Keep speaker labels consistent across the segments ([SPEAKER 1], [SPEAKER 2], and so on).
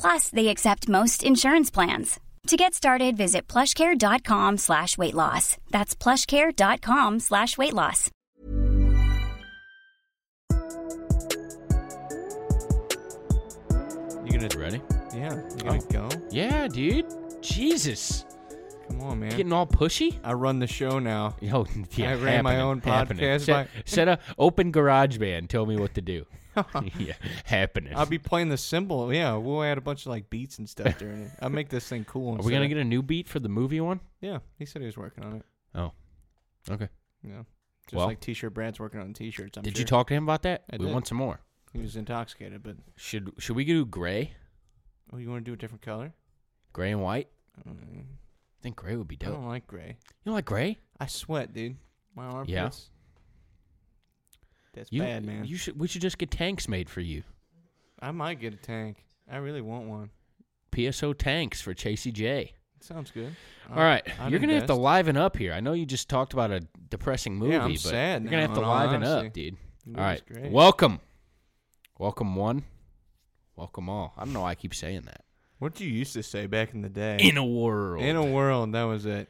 [SPEAKER 1] Plus, they accept most insurance plans. To get started, visit plushcare.com slash weight loss. That's plushcare.com slash weight loss.
[SPEAKER 2] You gonna ready?
[SPEAKER 3] Yeah, you
[SPEAKER 2] Oh.
[SPEAKER 3] gotta go.
[SPEAKER 2] Yeah, dude. Jesus,
[SPEAKER 3] Come on, man.
[SPEAKER 2] getting all pushy.
[SPEAKER 3] I run the show now.
[SPEAKER 2] Yo, yeah,
[SPEAKER 3] I ran my
[SPEAKER 2] happening,
[SPEAKER 3] own
[SPEAKER 2] happening.
[SPEAKER 3] podcast
[SPEAKER 2] Set,
[SPEAKER 3] by-
[SPEAKER 2] set up, open GarageBand. Tell me what to do. yeah, happening.
[SPEAKER 3] I'll be playing the cymbal. Yeah, we'll add a bunch of like beats and stuff during it. I'll make this thing cool.
[SPEAKER 2] Are
[SPEAKER 3] instead
[SPEAKER 2] we gonna
[SPEAKER 3] of-
[SPEAKER 2] get a new beat for the movie one?
[SPEAKER 3] Yeah, he said he was working on it.
[SPEAKER 2] Oh, okay.
[SPEAKER 3] Yeah, just
[SPEAKER 2] Well.
[SPEAKER 3] like T-shirt Brad's working on T-shirts. I'm
[SPEAKER 2] did
[SPEAKER 3] sure.
[SPEAKER 2] you talk to him about that?
[SPEAKER 3] I
[SPEAKER 2] we
[SPEAKER 3] did.
[SPEAKER 2] want some more.
[SPEAKER 3] He was intoxicated, but
[SPEAKER 2] Should should we do gray,
[SPEAKER 3] oh, you want to do a different color?
[SPEAKER 2] gray and white?
[SPEAKER 3] Uh,
[SPEAKER 2] I think gray would be
[SPEAKER 3] I
[SPEAKER 2] dope.
[SPEAKER 3] don't like gray.
[SPEAKER 2] You don't like gray?
[SPEAKER 3] I sweat, dude. My armpits. That's
[SPEAKER 2] you,
[SPEAKER 3] bad, man.
[SPEAKER 2] You should. We should just get tanks made for you.
[SPEAKER 3] I might get a tank. I really want one.
[SPEAKER 2] PSO tanks for Chasey J.
[SPEAKER 3] Sounds good.
[SPEAKER 2] All right,
[SPEAKER 3] I'd
[SPEAKER 2] you're gonna have to
[SPEAKER 3] invest.
[SPEAKER 2] liven up here. I know you just talked about a depressing movie,
[SPEAKER 3] Yeah, I'm
[SPEAKER 2] but
[SPEAKER 3] sad
[SPEAKER 2] you're gonna
[SPEAKER 3] now,
[SPEAKER 2] have to
[SPEAKER 3] in all
[SPEAKER 2] liven up,
[SPEAKER 3] honesty.
[SPEAKER 2] dude.
[SPEAKER 3] The
[SPEAKER 2] all right,
[SPEAKER 3] movie's great.
[SPEAKER 2] welcome, welcome one, welcome all. I don't know why I keep saying that.
[SPEAKER 3] What did you used to say back in the day?
[SPEAKER 2] In a world,
[SPEAKER 3] In a world, that was it.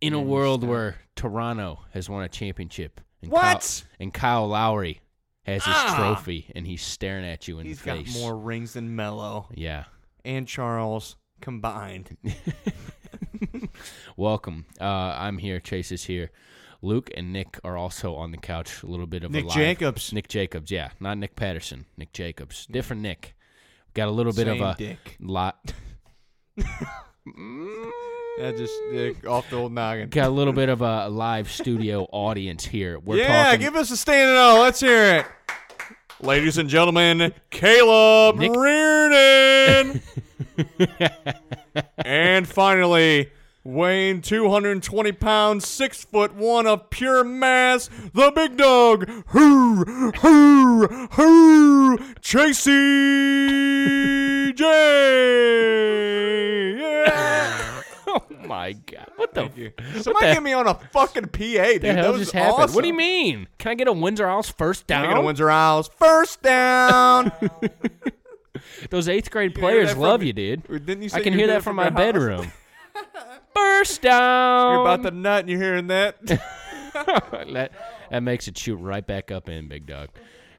[SPEAKER 2] in a
[SPEAKER 3] Yeah, you
[SPEAKER 2] world
[SPEAKER 3] stop.
[SPEAKER 2] where Toronto has won a championship, and
[SPEAKER 3] What? Ah!
[SPEAKER 2] Kyle, and Kyle Lowry has his trophy, and he's staring at you in
[SPEAKER 3] He's
[SPEAKER 2] the
[SPEAKER 3] got
[SPEAKER 2] face.
[SPEAKER 3] more rings than Mello
[SPEAKER 2] Yeah.
[SPEAKER 3] and Charles combined.
[SPEAKER 2] Welcome. Uh, I'm here. Chase is here. Luke and Nick are also on the couch. A little bit of a
[SPEAKER 3] Nick
[SPEAKER 2] live-
[SPEAKER 3] Jacobs.
[SPEAKER 2] Nick Jacobs. Yeah, not Nick Patterson. Nick Jacobs. Different Nick. Got a little bit
[SPEAKER 3] Same
[SPEAKER 2] of a
[SPEAKER 3] dick.
[SPEAKER 2] lot.
[SPEAKER 3] That just dick off the old noggin.
[SPEAKER 2] Got a little bit of a live studio audience here. We're
[SPEAKER 3] yeah,
[SPEAKER 2] talking.
[SPEAKER 3] give us a standing O. Let's hear it. Ladies and gentlemen, Caleb
[SPEAKER 2] Nick-
[SPEAKER 3] Reardon. and finally, weighing 220 pounds, six foot one of pure mass, the big dog. Hoo, hoo, hoo, Tracy J. Yeah.
[SPEAKER 2] oh my god! What the?
[SPEAKER 3] Thank you.
[SPEAKER 2] what
[SPEAKER 3] Somebody
[SPEAKER 2] the-
[SPEAKER 3] get me on a fucking PA, dude.
[SPEAKER 2] the hell
[SPEAKER 3] that was
[SPEAKER 2] just happened? What do you
[SPEAKER 3] awesome.
[SPEAKER 2] mean? Can I get a Windsor House first down?
[SPEAKER 3] Can I get a Windsor Isles first down.
[SPEAKER 2] Those eighth grade
[SPEAKER 3] can hear
[SPEAKER 2] players
[SPEAKER 3] that from
[SPEAKER 2] love
[SPEAKER 3] your-
[SPEAKER 2] you, dude.
[SPEAKER 3] Or didn't you
[SPEAKER 2] I
[SPEAKER 3] say
[SPEAKER 2] can
[SPEAKER 3] you
[SPEAKER 2] hear
[SPEAKER 3] did
[SPEAKER 2] that
[SPEAKER 3] it
[SPEAKER 2] from
[SPEAKER 3] from
[SPEAKER 2] my
[SPEAKER 3] your house?
[SPEAKER 2] bedrown. First down.
[SPEAKER 3] You're about to nut and you're hearing that.
[SPEAKER 2] that, that makes it shoot right back up in, big dog.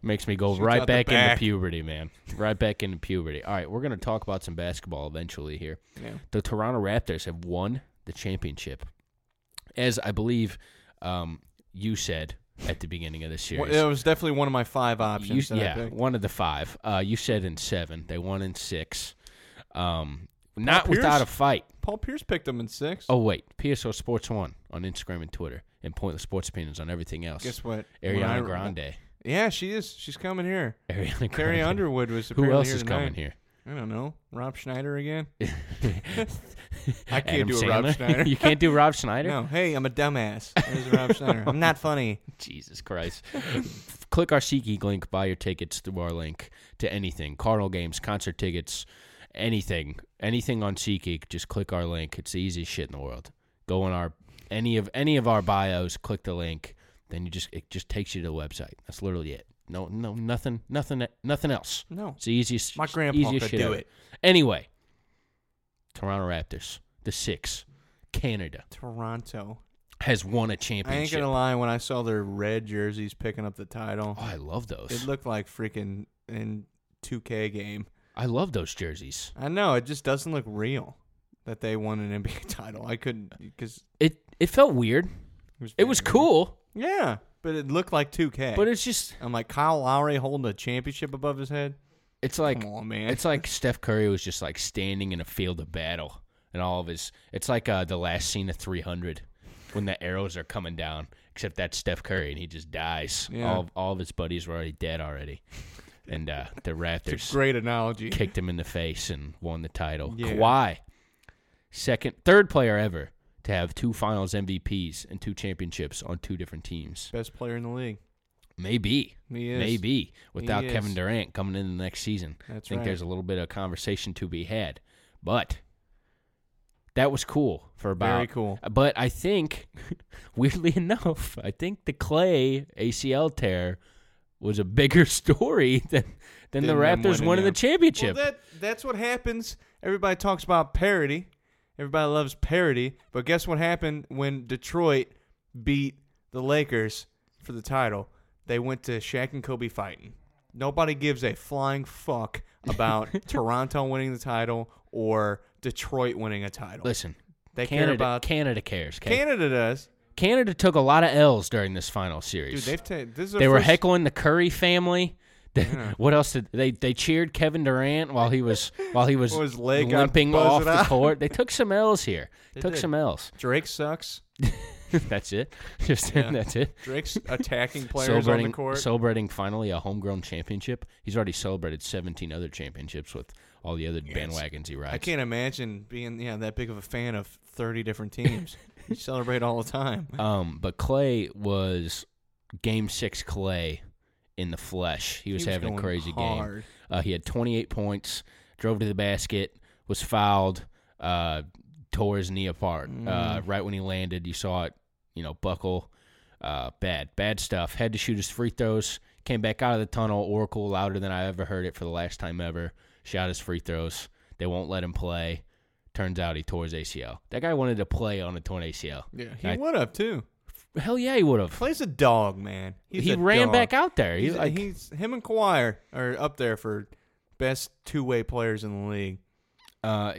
[SPEAKER 2] Makes me go
[SPEAKER 3] Shoots
[SPEAKER 2] right
[SPEAKER 3] out the
[SPEAKER 2] back, into
[SPEAKER 3] back.
[SPEAKER 2] puberty, man. Right back into puberty. All right, we're going to talk about some basketball eventually here.
[SPEAKER 3] Yeah.
[SPEAKER 2] The Toronto Raptors have won the championship, as I believe um, you said at the beginning of this series.
[SPEAKER 3] Well, it was definitely one of my five
[SPEAKER 2] You-
[SPEAKER 3] options. that I
[SPEAKER 2] yeah,
[SPEAKER 3] picked.
[SPEAKER 2] one of the five. Uh, you said in seven. They won in six. Um, not
[SPEAKER 3] Oh, Pierce?
[SPEAKER 2] without a fight.
[SPEAKER 3] Paul Pierce picked them in six.
[SPEAKER 2] Oh wait, PSO Sports One on Instagram and Twitter, and Pointless Sports Opinions on everything else.
[SPEAKER 3] Guess what? When
[SPEAKER 2] Ariana
[SPEAKER 3] I-
[SPEAKER 2] Grande.
[SPEAKER 3] Yeah, she is. She's coming here.
[SPEAKER 2] Ariana
[SPEAKER 3] Carrie
[SPEAKER 2] Grande.
[SPEAKER 3] Underwood was
[SPEAKER 2] Who
[SPEAKER 3] apparently
[SPEAKER 2] else
[SPEAKER 3] here
[SPEAKER 2] is
[SPEAKER 3] tonight.
[SPEAKER 2] coming here?
[SPEAKER 3] I don't know. Rob Schneider again?
[SPEAKER 2] I
[SPEAKER 3] can't do a Rob Schneider.
[SPEAKER 2] you can't do Rob Schneider.
[SPEAKER 3] No. Hey, I'm a dumbass. There's Rob Schneider. I'm not funny.
[SPEAKER 2] Jesus Christ. Click our SeatGeek link, buy your tickets through our link to anything. Cardinal games, concert tickets, anything. Anything on SeatGeek, just click our link. It's the easiest shit in the world. Go on our any of any of our bios, click the link. then you just it just takes you to the website. That's literally it. No, no, nothing, nothing, nothing else.
[SPEAKER 3] No.
[SPEAKER 2] it's the easiest.
[SPEAKER 3] My grandpa
[SPEAKER 2] easiest
[SPEAKER 3] could
[SPEAKER 2] shit
[SPEAKER 3] do
[SPEAKER 2] ever.
[SPEAKER 3] it.
[SPEAKER 2] Anyway, Toronto Raptors, the six, Canada
[SPEAKER 3] Toronto.
[SPEAKER 2] has won a
[SPEAKER 3] I ain't
[SPEAKER 2] championship.
[SPEAKER 3] gonna lie. When I saw their red jerseys picking up the title,
[SPEAKER 2] oh, I love those.
[SPEAKER 3] it looked like freaking in 2K game.
[SPEAKER 2] I love those jerseys.
[SPEAKER 3] I know it just doesn't look real that they won an NBA title. I couldn't because
[SPEAKER 2] It it felt weird.
[SPEAKER 3] it was,
[SPEAKER 2] It was
[SPEAKER 3] very-
[SPEAKER 2] cool,
[SPEAKER 3] Yeah, but it looked like 2K.
[SPEAKER 2] but it's just
[SPEAKER 3] I'm like Kyle Lowry holding a championship above his head.
[SPEAKER 2] it's like
[SPEAKER 3] Come on, man.
[SPEAKER 2] it's like Steph Curry was just like standing in a field of battle, and all of his. It's like uh, the last scene of 300 when the arrows are coming down, except that's Steph Curry, and he just dies.
[SPEAKER 3] Yeah.
[SPEAKER 2] All of, all of his buddies were already dead already, and uh, the
[SPEAKER 3] It's a
[SPEAKER 2] Raptors
[SPEAKER 3] great analogy.
[SPEAKER 2] kicked him in the face and won the title.
[SPEAKER 3] Yeah.
[SPEAKER 2] Kawhi, second, third player ever to have two Finals MVPs and two championships on two different teams.
[SPEAKER 3] Best player in the league.
[SPEAKER 2] Maybe.
[SPEAKER 3] He is.
[SPEAKER 2] Maybe. Without
[SPEAKER 3] He
[SPEAKER 2] Kevin
[SPEAKER 3] is.
[SPEAKER 2] Durant coming in the next season.
[SPEAKER 3] That's
[SPEAKER 2] I think
[SPEAKER 3] right.
[SPEAKER 2] there's a little bit of conversation to be had. But that was cool for about
[SPEAKER 3] Very cool.
[SPEAKER 2] But I think weirdly enough, I think the Clay ACL tear was a bigger story than than the
[SPEAKER 3] Than them
[SPEAKER 2] Raptors
[SPEAKER 3] winning,
[SPEAKER 2] winning
[SPEAKER 3] yeah.
[SPEAKER 2] the championship.
[SPEAKER 3] Well, that that's what happens. Everybody talks about parody. Everybody loves parody. But guess what happened when Detroit beat the Lakers for the title? They went to Shaq and Kobe fighting. Nobody gives a flying fuck about Toronto winning the title or Detroit winning a title.
[SPEAKER 2] Listen,
[SPEAKER 3] they
[SPEAKER 2] Canada,
[SPEAKER 3] care about
[SPEAKER 2] Canada cares. okay?
[SPEAKER 3] Canada does.
[SPEAKER 2] Canada took a lot of L's during this final
[SPEAKER 3] Dude,
[SPEAKER 2] series.
[SPEAKER 3] they've taken this is their
[SPEAKER 2] they were
[SPEAKER 3] first-
[SPEAKER 2] heckling the Curry family. what else did they? They cheered Kevin Durant while he was while he was
[SPEAKER 3] While his leg got
[SPEAKER 2] limping
[SPEAKER 3] buzzed
[SPEAKER 2] off the
[SPEAKER 3] out.
[SPEAKER 2] court. They took some L's here.
[SPEAKER 3] They
[SPEAKER 2] took
[SPEAKER 3] did.
[SPEAKER 2] some L's.
[SPEAKER 3] Drake sucks.
[SPEAKER 2] that's it. Just that's it.
[SPEAKER 3] Drake's attacking players on
[SPEAKER 2] Celebrating,
[SPEAKER 3] the court.
[SPEAKER 2] celebrating finally a homegrown championship. He's already celebrated 17 other championships with all the other bandwagons he rides.
[SPEAKER 3] I can't imagine being yeah that big of a fan of thirty different teams. you celebrate all the time.
[SPEAKER 2] Um, but Clay was game six Clay in the flesh. He was,
[SPEAKER 3] was
[SPEAKER 2] having a
[SPEAKER 3] going
[SPEAKER 2] crazy game.
[SPEAKER 3] hard.
[SPEAKER 2] Uh, he had 28 points, drove to the basket, was fouled, uh, tore his knee apart.
[SPEAKER 3] Mm.
[SPEAKER 2] Uh, right when he landed, you saw it, you know, buckle. Uh, bad, bad stuff. Had to shoot his free throws. Came back out of the tunnel. Oracle louder than I ever heard it for the last time ever. Shot his free throws. They won't let him play. Turns out he tore his ACL. That guy wanted to play on a torn ACL.
[SPEAKER 3] Yeah, he
[SPEAKER 2] I-
[SPEAKER 3] would have too.
[SPEAKER 2] Hell yeah, he would have.
[SPEAKER 3] Plays a dog, man. He's
[SPEAKER 2] He
[SPEAKER 3] a
[SPEAKER 2] ran
[SPEAKER 3] dog.
[SPEAKER 2] back out there. He,
[SPEAKER 3] He's,
[SPEAKER 2] like-
[SPEAKER 3] he's him and Kawhi are- are up there for best two way players in the league.
[SPEAKER 2] Uh,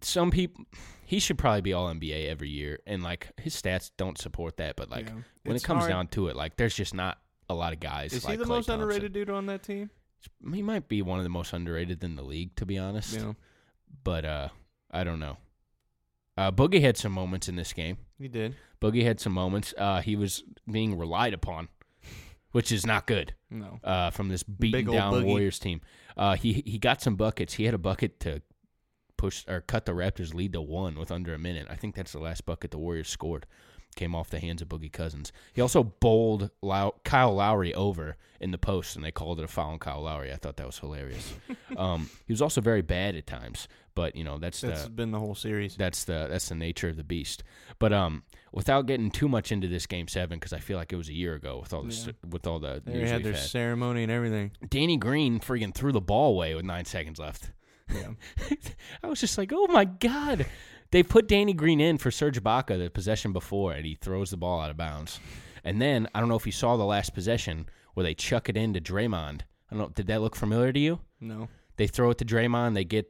[SPEAKER 2] some people, he should probably be all NBA every year, and like his stats don't support that. But like
[SPEAKER 3] Yeah.
[SPEAKER 2] when
[SPEAKER 3] It's
[SPEAKER 2] it comes
[SPEAKER 3] hard.
[SPEAKER 2] down to it, like there's just not a lot of guys.
[SPEAKER 3] Is
[SPEAKER 2] like
[SPEAKER 3] he the
[SPEAKER 2] Klay
[SPEAKER 3] most
[SPEAKER 2] Thompson.
[SPEAKER 3] underrated dude on that team?
[SPEAKER 2] He might be one of the most underrated in the league, to be honest.
[SPEAKER 3] Yeah,
[SPEAKER 2] But uh, I don't know. Uh, Boogie had some moments in this game.
[SPEAKER 3] he did.
[SPEAKER 2] Boogie had some moments. Uh, he was being relied upon, which is not good.
[SPEAKER 3] No,
[SPEAKER 2] uh, from this beaten
[SPEAKER 3] old
[SPEAKER 2] down
[SPEAKER 3] boogie.
[SPEAKER 2] Warriors team. Uh, he he got some buckets. He had a bucket to push or cut the Raptors lead to one with under a minute. I think that's the last bucket the Warriors scored. Came off the hands of Boogie Cousins. He also bowled Low- Kyle Lowry over in the post, and they called it a foul on Kyle Lowry. I thought that was hilarious. um, he was also very bad at times, but you know that's
[SPEAKER 3] that's
[SPEAKER 2] the
[SPEAKER 3] been the whole series.
[SPEAKER 2] that's the that's the nature of the beast. But um, without getting too much into this game seven, because I feel like it was a year ago with all this with all the
[SPEAKER 3] They
[SPEAKER 2] news
[SPEAKER 3] had
[SPEAKER 2] we've
[SPEAKER 3] their
[SPEAKER 2] had.
[SPEAKER 3] ceremony and everything.
[SPEAKER 2] Danny Green freaking threw the ball away with nine seconds left.
[SPEAKER 3] Yeah.
[SPEAKER 2] I was just like, oh my God. They put Danny Green in for Serge Ibaka the possession before, and he throws the ball out of bounds. And then I don't know if you saw the last possession where they chuck it into Draymond. I don't know. Did that look familiar to you?
[SPEAKER 3] No,
[SPEAKER 2] They throw it to Draymond. They get,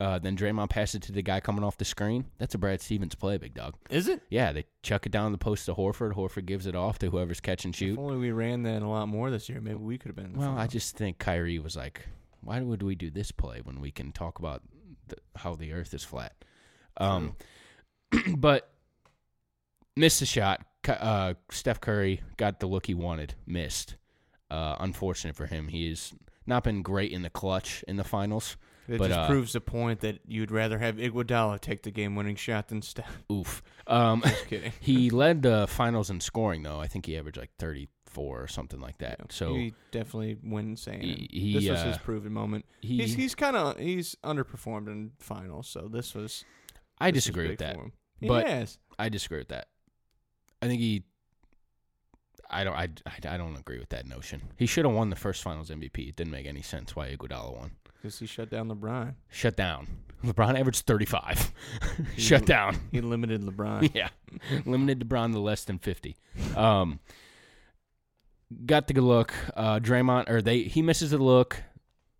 [SPEAKER 2] uh, then Draymond passes it to the guy coming off the screen. That's a Brad Stevens play, big dog.
[SPEAKER 3] is it?
[SPEAKER 2] Yeah, they chuck it down the post to Horford. Horford gives it off to whoever's catch and shoot.
[SPEAKER 3] If only we ran that a lot more this year, maybe we could have been. in the
[SPEAKER 2] Well, I
[SPEAKER 3] finals.
[SPEAKER 2] just think Kyrie was like, "Why would we do this play when we can talk about the, how the Earth is flat?" Um, but missed the shot. Ky- Uh, Steph Curry got the look he wanted, missed. Uh, unfortunate for him, he has not been great in the clutch in the finals.
[SPEAKER 3] It
[SPEAKER 2] but
[SPEAKER 3] just
[SPEAKER 2] uh,
[SPEAKER 3] proves the point that you'd rather have Iguodala take the game-winning shot than Steph.
[SPEAKER 2] oof. Um,
[SPEAKER 3] kidding.
[SPEAKER 2] he led the finals in scoring though. I think he averaged like thirty-four or something like that. So
[SPEAKER 3] he definitely wouldn't say
[SPEAKER 2] He-
[SPEAKER 3] it.
[SPEAKER 2] he,
[SPEAKER 3] this was
[SPEAKER 2] uh,
[SPEAKER 3] his proven moment.
[SPEAKER 2] he-
[SPEAKER 3] he's he's kind of he's underperformed in finals, so this was.
[SPEAKER 2] I
[SPEAKER 3] this was
[SPEAKER 2] disagree
[SPEAKER 3] big
[SPEAKER 2] with that.
[SPEAKER 3] for him.
[SPEAKER 2] But
[SPEAKER 3] yes,
[SPEAKER 2] I disagree with that. I think he I don't. I, I, I don't agree with that notion. He should have won the first Finals MVP. It didn't make any sense why Iguodala won.
[SPEAKER 3] because he shut down LeBron.
[SPEAKER 2] Shut down. LeBron averaged 35. Shut down.
[SPEAKER 3] He limited LeBron.
[SPEAKER 2] Yeah. Limited LeBron to less than 50. Um, got the good look. Uh, Draymond, or they, he misses the look.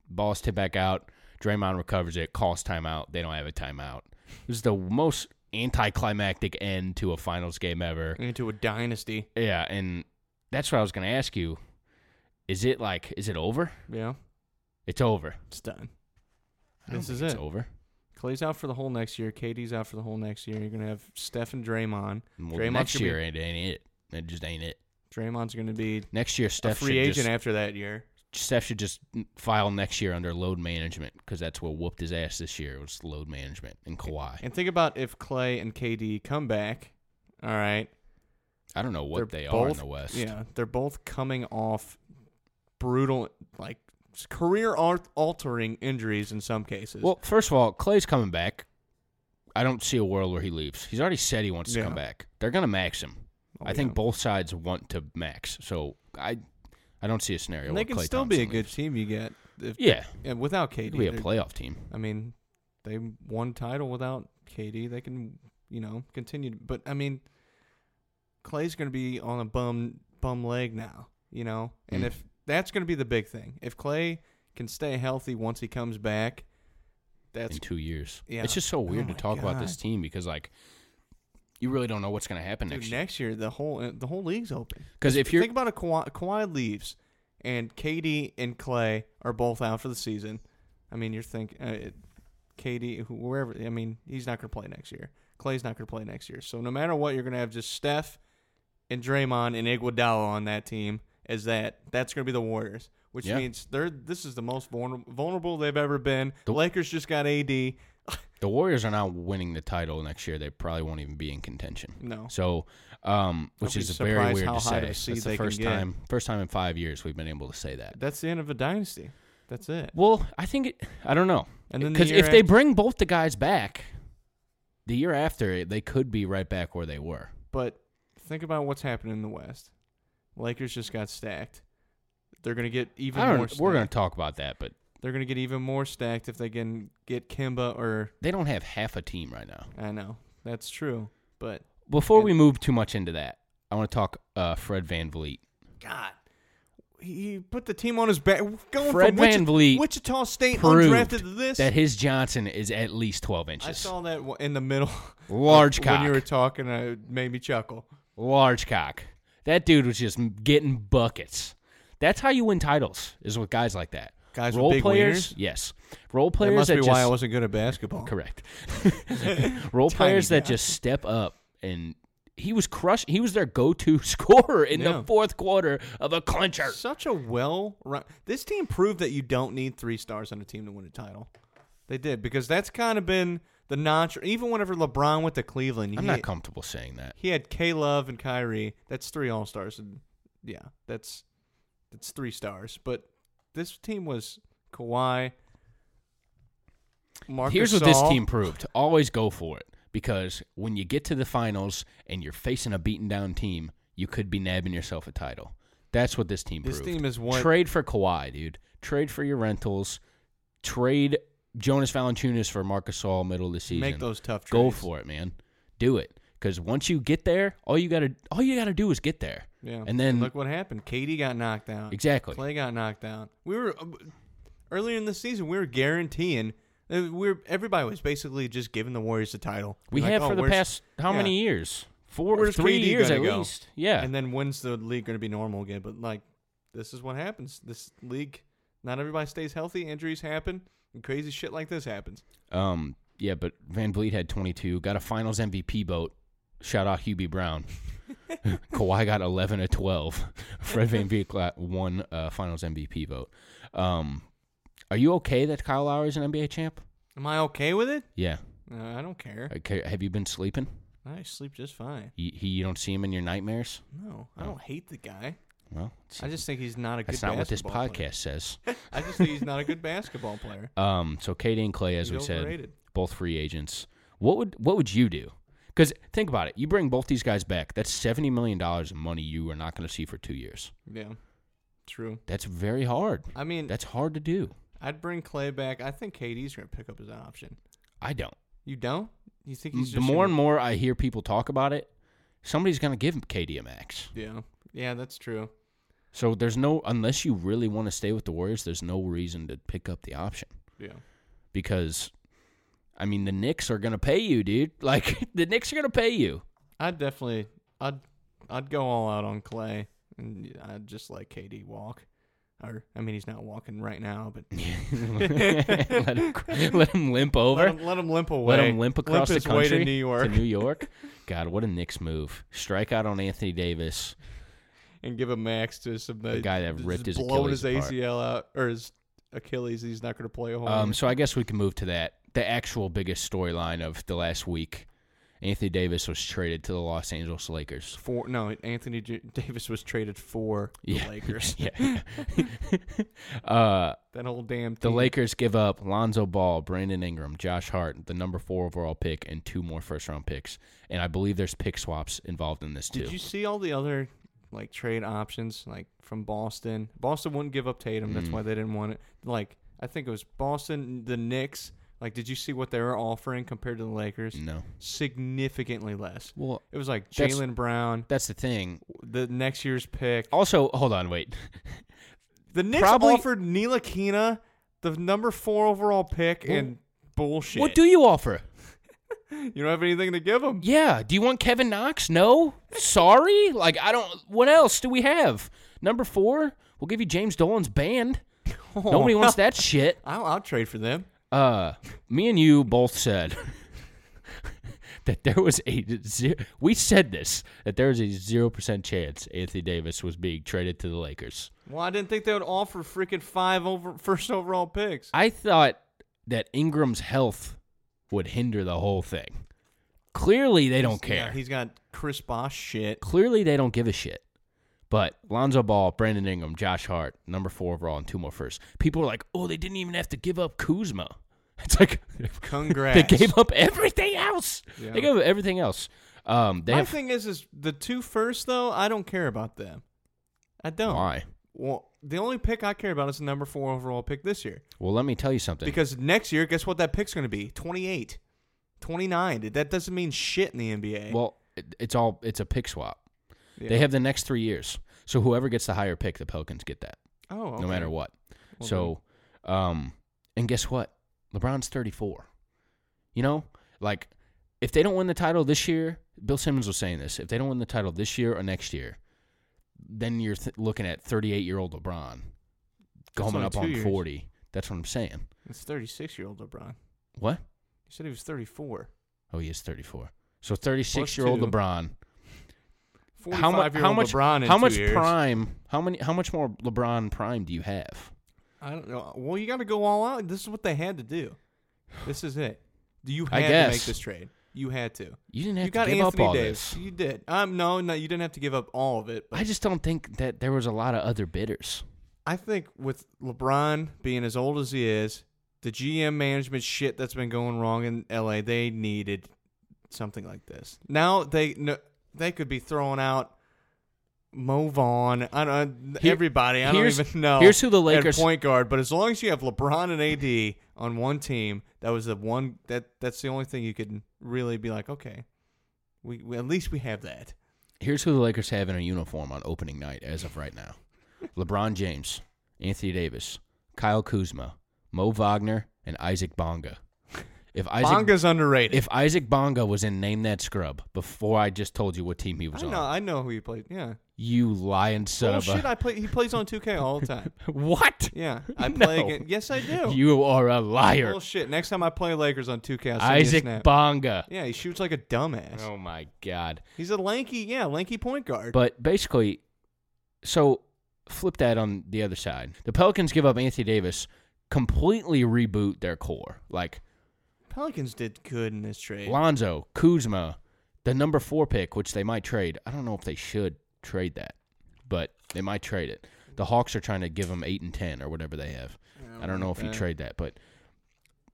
[SPEAKER 2] Ball's tipped back out. Draymond recovers it, calls timeout. They don't have a timeout. This is the most anticlimactic end to a finals game ever.
[SPEAKER 3] Into a dynasty.
[SPEAKER 2] Yeah. And that's what I was going to ask you. Is it like, is it over?
[SPEAKER 3] Yeah,
[SPEAKER 2] It's over.
[SPEAKER 3] it's done.
[SPEAKER 2] I don't
[SPEAKER 3] This is
[SPEAKER 2] think
[SPEAKER 3] it.
[SPEAKER 2] It's over.
[SPEAKER 3] Clay's out for the whole next year. KD's out for the whole next year. You're gonna have Steph and Draymond.
[SPEAKER 2] Well,
[SPEAKER 3] Draymond's
[SPEAKER 2] next
[SPEAKER 3] gonna
[SPEAKER 2] year, eh? it ain't it. It just ain't it.
[SPEAKER 3] Be, Draymond's gonna be
[SPEAKER 2] Next year, Steph
[SPEAKER 3] a free
[SPEAKER 2] should
[SPEAKER 3] agent
[SPEAKER 2] just-
[SPEAKER 3] after that year.
[SPEAKER 2] Steph should just file next year under load management because that's what whooped his ass this year was load management and Kawhi.
[SPEAKER 3] And think about if Clay and KD come back. All right,
[SPEAKER 2] I don't know what
[SPEAKER 3] They're
[SPEAKER 2] they
[SPEAKER 3] both,
[SPEAKER 2] are in the West.
[SPEAKER 3] Yeah, they're both coming off brutal, like career alt- altering injuries in some cases.
[SPEAKER 2] Well, first of all, Clay's coming back. I don't see a world where he leaves. He's already said he wants to
[SPEAKER 3] Yeah.
[SPEAKER 2] come back. They're gonna max him.
[SPEAKER 3] Oh,
[SPEAKER 2] I think
[SPEAKER 3] yeah.
[SPEAKER 2] both sides want to max. So I, I don't see a scenario.
[SPEAKER 3] And
[SPEAKER 2] where
[SPEAKER 3] they can
[SPEAKER 2] Klay
[SPEAKER 3] still be a
[SPEAKER 2] Thompson
[SPEAKER 3] good
[SPEAKER 2] leaves.
[SPEAKER 3] team. You get if,
[SPEAKER 2] Yeah,
[SPEAKER 3] and without
[SPEAKER 2] it
[SPEAKER 3] KD,
[SPEAKER 2] could be a
[SPEAKER 3] they're-
[SPEAKER 2] playoff team.
[SPEAKER 3] I mean, they won title without KD. They can, you know, continue. to- But I mean, Clay's going to be on a bum bum leg now, you know. And
[SPEAKER 2] Mm.
[SPEAKER 3] if that's going to be the big thing, if Clay can stay healthy once he comes back, that's
[SPEAKER 2] in two years.
[SPEAKER 3] Yeah.
[SPEAKER 2] It's just so
[SPEAKER 3] Oh
[SPEAKER 2] weird to
[SPEAKER 3] my
[SPEAKER 2] talk about this
[SPEAKER 3] God.
[SPEAKER 2] team because like you really don't know what's going to happen
[SPEAKER 3] dude,
[SPEAKER 2] next
[SPEAKER 3] next,
[SPEAKER 2] year.
[SPEAKER 3] year. The whole uh, the whole league's open.
[SPEAKER 2] 'Cause if you're-
[SPEAKER 3] think about a Kawhi, Kawhi leaves, and KD and Clay are both out for the season. I mean, you're thinking. Uh, it- KD, who- wherever, I mean, he's not going to play next year. Clay's not going to play next year. So no matter what, you're going to have just Steph and Draymond and Iguodala on that team. As that, that's going to be the Warriors, which
[SPEAKER 2] Yeah.
[SPEAKER 3] means they're this is the most vulnerable vulnerable they've ever been.
[SPEAKER 2] The-
[SPEAKER 3] The Lakers just got AD.
[SPEAKER 2] The Warriors are not winning the title next year. They probably won't even be in contention.
[SPEAKER 3] No.
[SPEAKER 2] So, um, which
[SPEAKER 3] I'll be
[SPEAKER 2] is very
[SPEAKER 3] surprised
[SPEAKER 2] weird
[SPEAKER 3] how
[SPEAKER 2] to
[SPEAKER 3] high
[SPEAKER 2] say.
[SPEAKER 3] of a
[SPEAKER 2] That's
[SPEAKER 3] seed
[SPEAKER 2] the
[SPEAKER 3] they can
[SPEAKER 2] first
[SPEAKER 3] get.
[SPEAKER 2] time, first time in five years we've been able to say that.
[SPEAKER 3] That's the end of a dynasty. That's it.
[SPEAKER 2] Well, I think it, I don't know.
[SPEAKER 3] And then the
[SPEAKER 2] because
[SPEAKER 3] year
[SPEAKER 2] if they
[SPEAKER 3] after-
[SPEAKER 2] bring both the guys back, the year after they could be right back where they were.
[SPEAKER 3] But think about what's happening in the West. Lakers just got stacked. They're going to get even
[SPEAKER 2] I don't.
[SPEAKER 3] more.
[SPEAKER 2] we're going
[SPEAKER 3] stacked.
[SPEAKER 2] to talk about that, but
[SPEAKER 3] They're going to get even more stacked if they can get Kimba or
[SPEAKER 2] they don't have half a team right now.
[SPEAKER 3] I know that's true, but
[SPEAKER 2] Before
[SPEAKER 3] And-
[SPEAKER 2] we move too much into that, I want to talk uh, Fred Van Vliet.
[SPEAKER 3] God, he he put the team on his back. Going
[SPEAKER 2] Fred
[SPEAKER 3] from Wichita,
[SPEAKER 2] VanVleet
[SPEAKER 3] Wichita State
[SPEAKER 2] Proved
[SPEAKER 3] undrafted to this.
[SPEAKER 2] that his Johnson is at least 12 inches.
[SPEAKER 3] I saw that w- in the middle.
[SPEAKER 2] Large
[SPEAKER 3] when
[SPEAKER 2] cock.
[SPEAKER 3] you were talking, uh, it made me chuckle.
[SPEAKER 2] Large cock. That dude was just m- getting buckets. That's how you win titles, is with guys like that.
[SPEAKER 3] Guys with
[SPEAKER 2] Role
[SPEAKER 3] big
[SPEAKER 2] players,
[SPEAKER 3] wieners?
[SPEAKER 2] yes. Role
[SPEAKER 3] That
[SPEAKER 2] players
[SPEAKER 3] must
[SPEAKER 2] that
[SPEAKER 3] be
[SPEAKER 2] just
[SPEAKER 3] why I wasn't good at basketball.
[SPEAKER 2] correct. Role
[SPEAKER 3] Tiny
[SPEAKER 2] players that
[SPEAKER 3] guy.
[SPEAKER 2] just step up and he was crush. He was their go-to scorer in the
[SPEAKER 3] Yeah.
[SPEAKER 2] fourth quarter of a clincher.
[SPEAKER 3] Such a well run. This team proved that you don't need three stars on a team to win a title. They did because that's kind of been the notch. Even whenever LeBron went to Cleveland,
[SPEAKER 2] I'm
[SPEAKER 3] he,
[SPEAKER 2] not comfortable saying that.
[SPEAKER 3] he had K Love and Kyrie. That's three All Stars, and yeah, that's that's three stars. But this team was Kawhi. Marcus
[SPEAKER 2] Here's what this
[SPEAKER 3] Gasol.
[SPEAKER 2] team proved. Always go for it because when you get to the finals and you're facing a beaten down team, you could be nabbing yourself a title. That's what this team
[SPEAKER 3] This
[SPEAKER 2] proved.
[SPEAKER 3] team is what-
[SPEAKER 2] trade for Kawhi, dude. Trade for your rentals. Trade Jonas Valanciunas for Marcus All middle of the season.
[SPEAKER 3] Make those tough
[SPEAKER 2] Go
[SPEAKER 3] trades.
[SPEAKER 2] for it, man. Do it because once you get there, all you gotta all you gotta do is get there.
[SPEAKER 3] Yeah,
[SPEAKER 2] and then
[SPEAKER 3] look what happened. Katie got knocked out.
[SPEAKER 2] Exactly.
[SPEAKER 3] Clay got knocked out. We were uh, earlier in the season. We were guaranteeing. uh, We were everybody was basically just giving the Warriors the title.
[SPEAKER 2] we
[SPEAKER 3] Like,
[SPEAKER 2] have
[SPEAKER 3] oh,
[SPEAKER 2] for the
[SPEAKER 3] where's-
[SPEAKER 2] past how
[SPEAKER 3] yeah.
[SPEAKER 2] many years? Four, or
[SPEAKER 3] Where's
[SPEAKER 2] three
[SPEAKER 3] KD
[SPEAKER 2] years at
[SPEAKER 3] gonna go?
[SPEAKER 2] least. Yeah,
[SPEAKER 3] And then when's the league going to be normal again? But like, this is what happens. This league, not everybody stays healthy. Injuries happen, and crazy shit like this happens.
[SPEAKER 2] Um, yeah, but Van Vliet had 22, got a Finals MVP vote. Shout out Hubie Brown. Kawhi got 11 to 12. Fred Van Vliet got one uh, Finals MVP vote. Um, are you okay that Kyle Lowry's an NBA champ?
[SPEAKER 3] Am I okay with it?
[SPEAKER 2] Yeah.
[SPEAKER 3] No, I don't care.
[SPEAKER 2] Okay. Have you been sleeping?
[SPEAKER 3] I sleep just fine.
[SPEAKER 2] You, he, you don't see him in your nightmares?
[SPEAKER 3] No, I
[SPEAKER 2] Oh.
[SPEAKER 3] don't hate the guy.
[SPEAKER 2] Well, it's-
[SPEAKER 3] I just think he's not a good.
[SPEAKER 2] that's not what this
[SPEAKER 3] basketball
[SPEAKER 2] podcast
[SPEAKER 3] player.
[SPEAKER 2] says.
[SPEAKER 3] I just think he's not a good basketball player.
[SPEAKER 2] Um, so KD and Clay, as
[SPEAKER 3] He's
[SPEAKER 2] we said,
[SPEAKER 3] overrated.
[SPEAKER 2] both free agents. What would what would you do? Because think about it. You bring both these guys back. That's $70 million in money you are not going to see for two years.
[SPEAKER 3] Yeah, true.
[SPEAKER 2] That's very hard.
[SPEAKER 3] I mean,
[SPEAKER 2] That's hard to do.
[SPEAKER 3] I'd bring Clay back. I think KD's gonna pick up his option.
[SPEAKER 2] I don't.
[SPEAKER 3] You don't? You think he's just
[SPEAKER 2] The more
[SPEAKER 3] gonna-
[SPEAKER 2] and more I hear people talk about it, somebody's going to give KD a max.
[SPEAKER 3] Yeah, yeah, that's true.
[SPEAKER 2] So there's no, unless you really want to stay with the Warriors, there's no reason to pick up the option.
[SPEAKER 3] Yeah,
[SPEAKER 2] Because, I mean, the Knicks are going to pay you, dude. Like, the Knicks are going to pay you.
[SPEAKER 3] I'd definitely, I'd, I'd go all out on Clay, and I'd just let KD walk. Or I mean, he's not walking right now, but
[SPEAKER 2] let, him, let him limp over.
[SPEAKER 3] let him, let him limp away.
[SPEAKER 2] Let him limp across
[SPEAKER 3] his
[SPEAKER 2] the country
[SPEAKER 3] way to New York
[SPEAKER 2] God, what a Knicks move! Strike out on Anthony Davis.
[SPEAKER 3] and give a max to some uh,
[SPEAKER 2] The guy that
[SPEAKER 3] just
[SPEAKER 2] ripped his
[SPEAKER 3] blowing his
[SPEAKER 2] Achilles apart.
[SPEAKER 3] ACL out or his Achilles. He's not going to play a whole.
[SPEAKER 2] Um,
[SPEAKER 3] year.
[SPEAKER 2] so I guess we can move to that. The actual biggest storyline of the last week: Anthony Davis was traded to the Los Angeles Lakers.
[SPEAKER 3] Four, no, Anthony J- Davis was traded for the
[SPEAKER 2] Yeah.
[SPEAKER 3] Lakers.
[SPEAKER 2] yeah. uh,
[SPEAKER 3] That whole damn
[SPEAKER 2] the
[SPEAKER 3] team.
[SPEAKER 2] Lakers give up Lonzo Ball, Brandon Ingram, Josh Hart, the number four overall pick, and two more first-round picks. And I believe there's pick swaps involved in this too.
[SPEAKER 3] Did you see all the other like trade options like from Boston? Boston wouldn't give up Tatum. That's
[SPEAKER 2] Mm.
[SPEAKER 3] why they didn't want it. Like I think it was Boston, the Knicks. Like, did you see what they were offering compared to the Lakers?
[SPEAKER 2] no.
[SPEAKER 3] Significantly less.
[SPEAKER 2] Mm. Well,
[SPEAKER 3] It was like
[SPEAKER 2] That's-
[SPEAKER 3] Jalen Brown,
[SPEAKER 2] that's the thing.
[SPEAKER 3] the next year's pick.
[SPEAKER 2] Also, hold on, wait.
[SPEAKER 3] The Knicks
[SPEAKER 2] Probably-
[SPEAKER 3] offered Neil Akina the number four overall pick and bullshit.
[SPEAKER 2] What do you offer?
[SPEAKER 3] you don't have anything to give them?
[SPEAKER 2] Yeah. Do you want Kevin Knox? No. Sorry. Like I don't. What else do we have? Number four. We'll give you James Dolan's band.
[SPEAKER 3] Oh,
[SPEAKER 2] Nobody wants that shit.
[SPEAKER 3] I'll, I'll trade for them.
[SPEAKER 2] Uh, me and you both said that there was a zero, we said this that there was a zero percent chance Anthony Davis was being traded to the Lakers.
[SPEAKER 3] Well, I didn't think they would offer freaking five over first overall picks.
[SPEAKER 2] I thought that Ingram's health would hinder the whole thing. Clearly, they don't care.
[SPEAKER 3] Yeah, he's got Chris Bosh shit.
[SPEAKER 2] clearly they don't give a shit. But Lonzo Ball, Brandon Ingram, Josh Hart, number four overall, and two more first. People are like, oh, they didn't even have to give up Kuzma. It's like they
[SPEAKER 3] Congrats.
[SPEAKER 2] gave up everything else.
[SPEAKER 3] Yeah.
[SPEAKER 2] They gave up everything else. Um, they
[SPEAKER 3] My
[SPEAKER 2] have
[SPEAKER 3] thing is, is the two first though. I don't care about them. I don't.
[SPEAKER 2] why?
[SPEAKER 3] Well, the only pick I care about is the number four overall pick this year.
[SPEAKER 2] Well, let me tell you something.
[SPEAKER 3] Because next year, guess what? That pick's going to be 28, 29. That doesn't mean shit in the NBA.
[SPEAKER 2] well, it, it's all it's a pick swap.
[SPEAKER 3] Yeah.
[SPEAKER 2] They have the next three years, so whoever gets the higher pick, the Pelicans get that,
[SPEAKER 3] oh, okay.
[SPEAKER 2] no matter what.
[SPEAKER 3] Well,
[SPEAKER 2] so, um, and guess what? LeBron's 34. You know, like if they don't win the title this year, Bill Simmons was saying this. If they don't win the title this year or next year, then you're th- looking at 38 year old LeBron coming
[SPEAKER 3] only
[SPEAKER 2] up
[SPEAKER 3] two
[SPEAKER 2] on
[SPEAKER 3] years.
[SPEAKER 2] 40. That's what I'm saying.
[SPEAKER 3] It's 36 year old LeBron.
[SPEAKER 2] What?
[SPEAKER 3] He said he was 34.
[SPEAKER 2] Oh, he is 34. So 36 year old
[SPEAKER 3] two.
[SPEAKER 2] LeBron.
[SPEAKER 3] 45
[SPEAKER 2] How, mu-
[SPEAKER 3] year
[SPEAKER 2] how
[SPEAKER 3] old
[SPEAKER 2] much?
[SPEAKER 3] LeBron in
[SPEAKER 2] how
[SPEAKER 3] two
[SPEAKER 2] much
[SPEAKER 3] years.
[SPEAKER 2] prime? How many? How much more LeBron prime do you have?
[SPEAKER 3] I don't know. Well, you got to go all out. This is what they had to do. This is it. You
[SPEAKER 2] I
[SPEAKER 3] had to make
[SPEAKER 2] guess.
[SPEAKER 3] this trade. You had to.
[SPEAKER 2] You didn't have
[SPEAKER 3] You
[SPEAKER 2] to
[SPEAKER 3] got
[SPEAKER 2] give
[SPEAKER 3] Anthony
[SPEAKER 2] up all
[SPEAKER 3] Davis.
[SPEAKER 2] this.
[SPEAKER 3] You did. Um, no, no, you didn't have to give up all of it. But
[SPEAKER 2] I just don't think that there was a lot of other bidders.
[SPEAKER 3] I think with LeBron being as old as he is, the GM management shit that's been going wrong in LA, they needed something like this. Now they no, they could be throwing out Mo Vaughn. I don't
[SPEAKER 2] Here-
[SPEAKER 3] everybody. I don't
[SPEAKER 2] here's-
[SPEAKER 3] even know.
[SPEAKER 2] here's who the
[SPEAKER 3] at
[SPEAKER 2] Lakers-
[SPEAKER 3] point guard. But as long as you have LeBron and AD on one team, that was the one that that's the only thing you could really be like, okay, we, we at least we have that.
[SPEAKER 2] Here's who the Lakers have in a uniform on opening night as of right now LeBron James, Anthony Davis, Kyle Kuzma, Mo Wagner, and Isaac Bonga. If Isaac
[SPEAKER 3] Bonga's underrated.
[SPEAKER 2] if Isaac Bonga was in Name That Scrub before I just told you what team he was
[SPEAKER 3] I know,
[SPEAKER 2] on,
[SPEAKER 3] I know who he played. Yeah.
[SPEAKER 2] you lying son
[SPEAKER 3] oh
[SPEAKER 2] of
[SPEAKER 3] shit!
[SPEAKER 2] a.
[SPEAKER 3] I play. He plays on 2K all the time.
[SPEAKER 2] what?
[SPEAKER 3] Yeah, I
[SPEAKER 2] No.
[SPEAKER 3] play. again. Yes, I do.
[SPEAKER 2] You are a liar.
[SPEAKER 3] Bullshit. Next time I play Lakers on 2K, I'll send you a
[SPEAKER 2] Isaac
[SPEAKER 3] snap.
[SPEAKER 2] Bonga.
[SPEAKER 3] yeah, he shoots like a dumbass.
[SPEAKER 2] Oh my God.
[SPEAKER 3] He's a lanky, yeah, lanky point guard.
[SPEAKER 2] But basically, so flip that on the other side. The Pelicans give up Anthony Davis, completely reboot their core. Like
[SPEAKER 3] Pelicans did good in this trade.
[SPEAKER 2] Lonzo, Kuzma, the number four pick, which they might trade. I don't know if they should trade that, but they might trade it. The Hawks are trying to give them eight and ten or whatever they have. I don't know if you
[SPEAKER 3] that.
[SPEAKER 2] trade that, but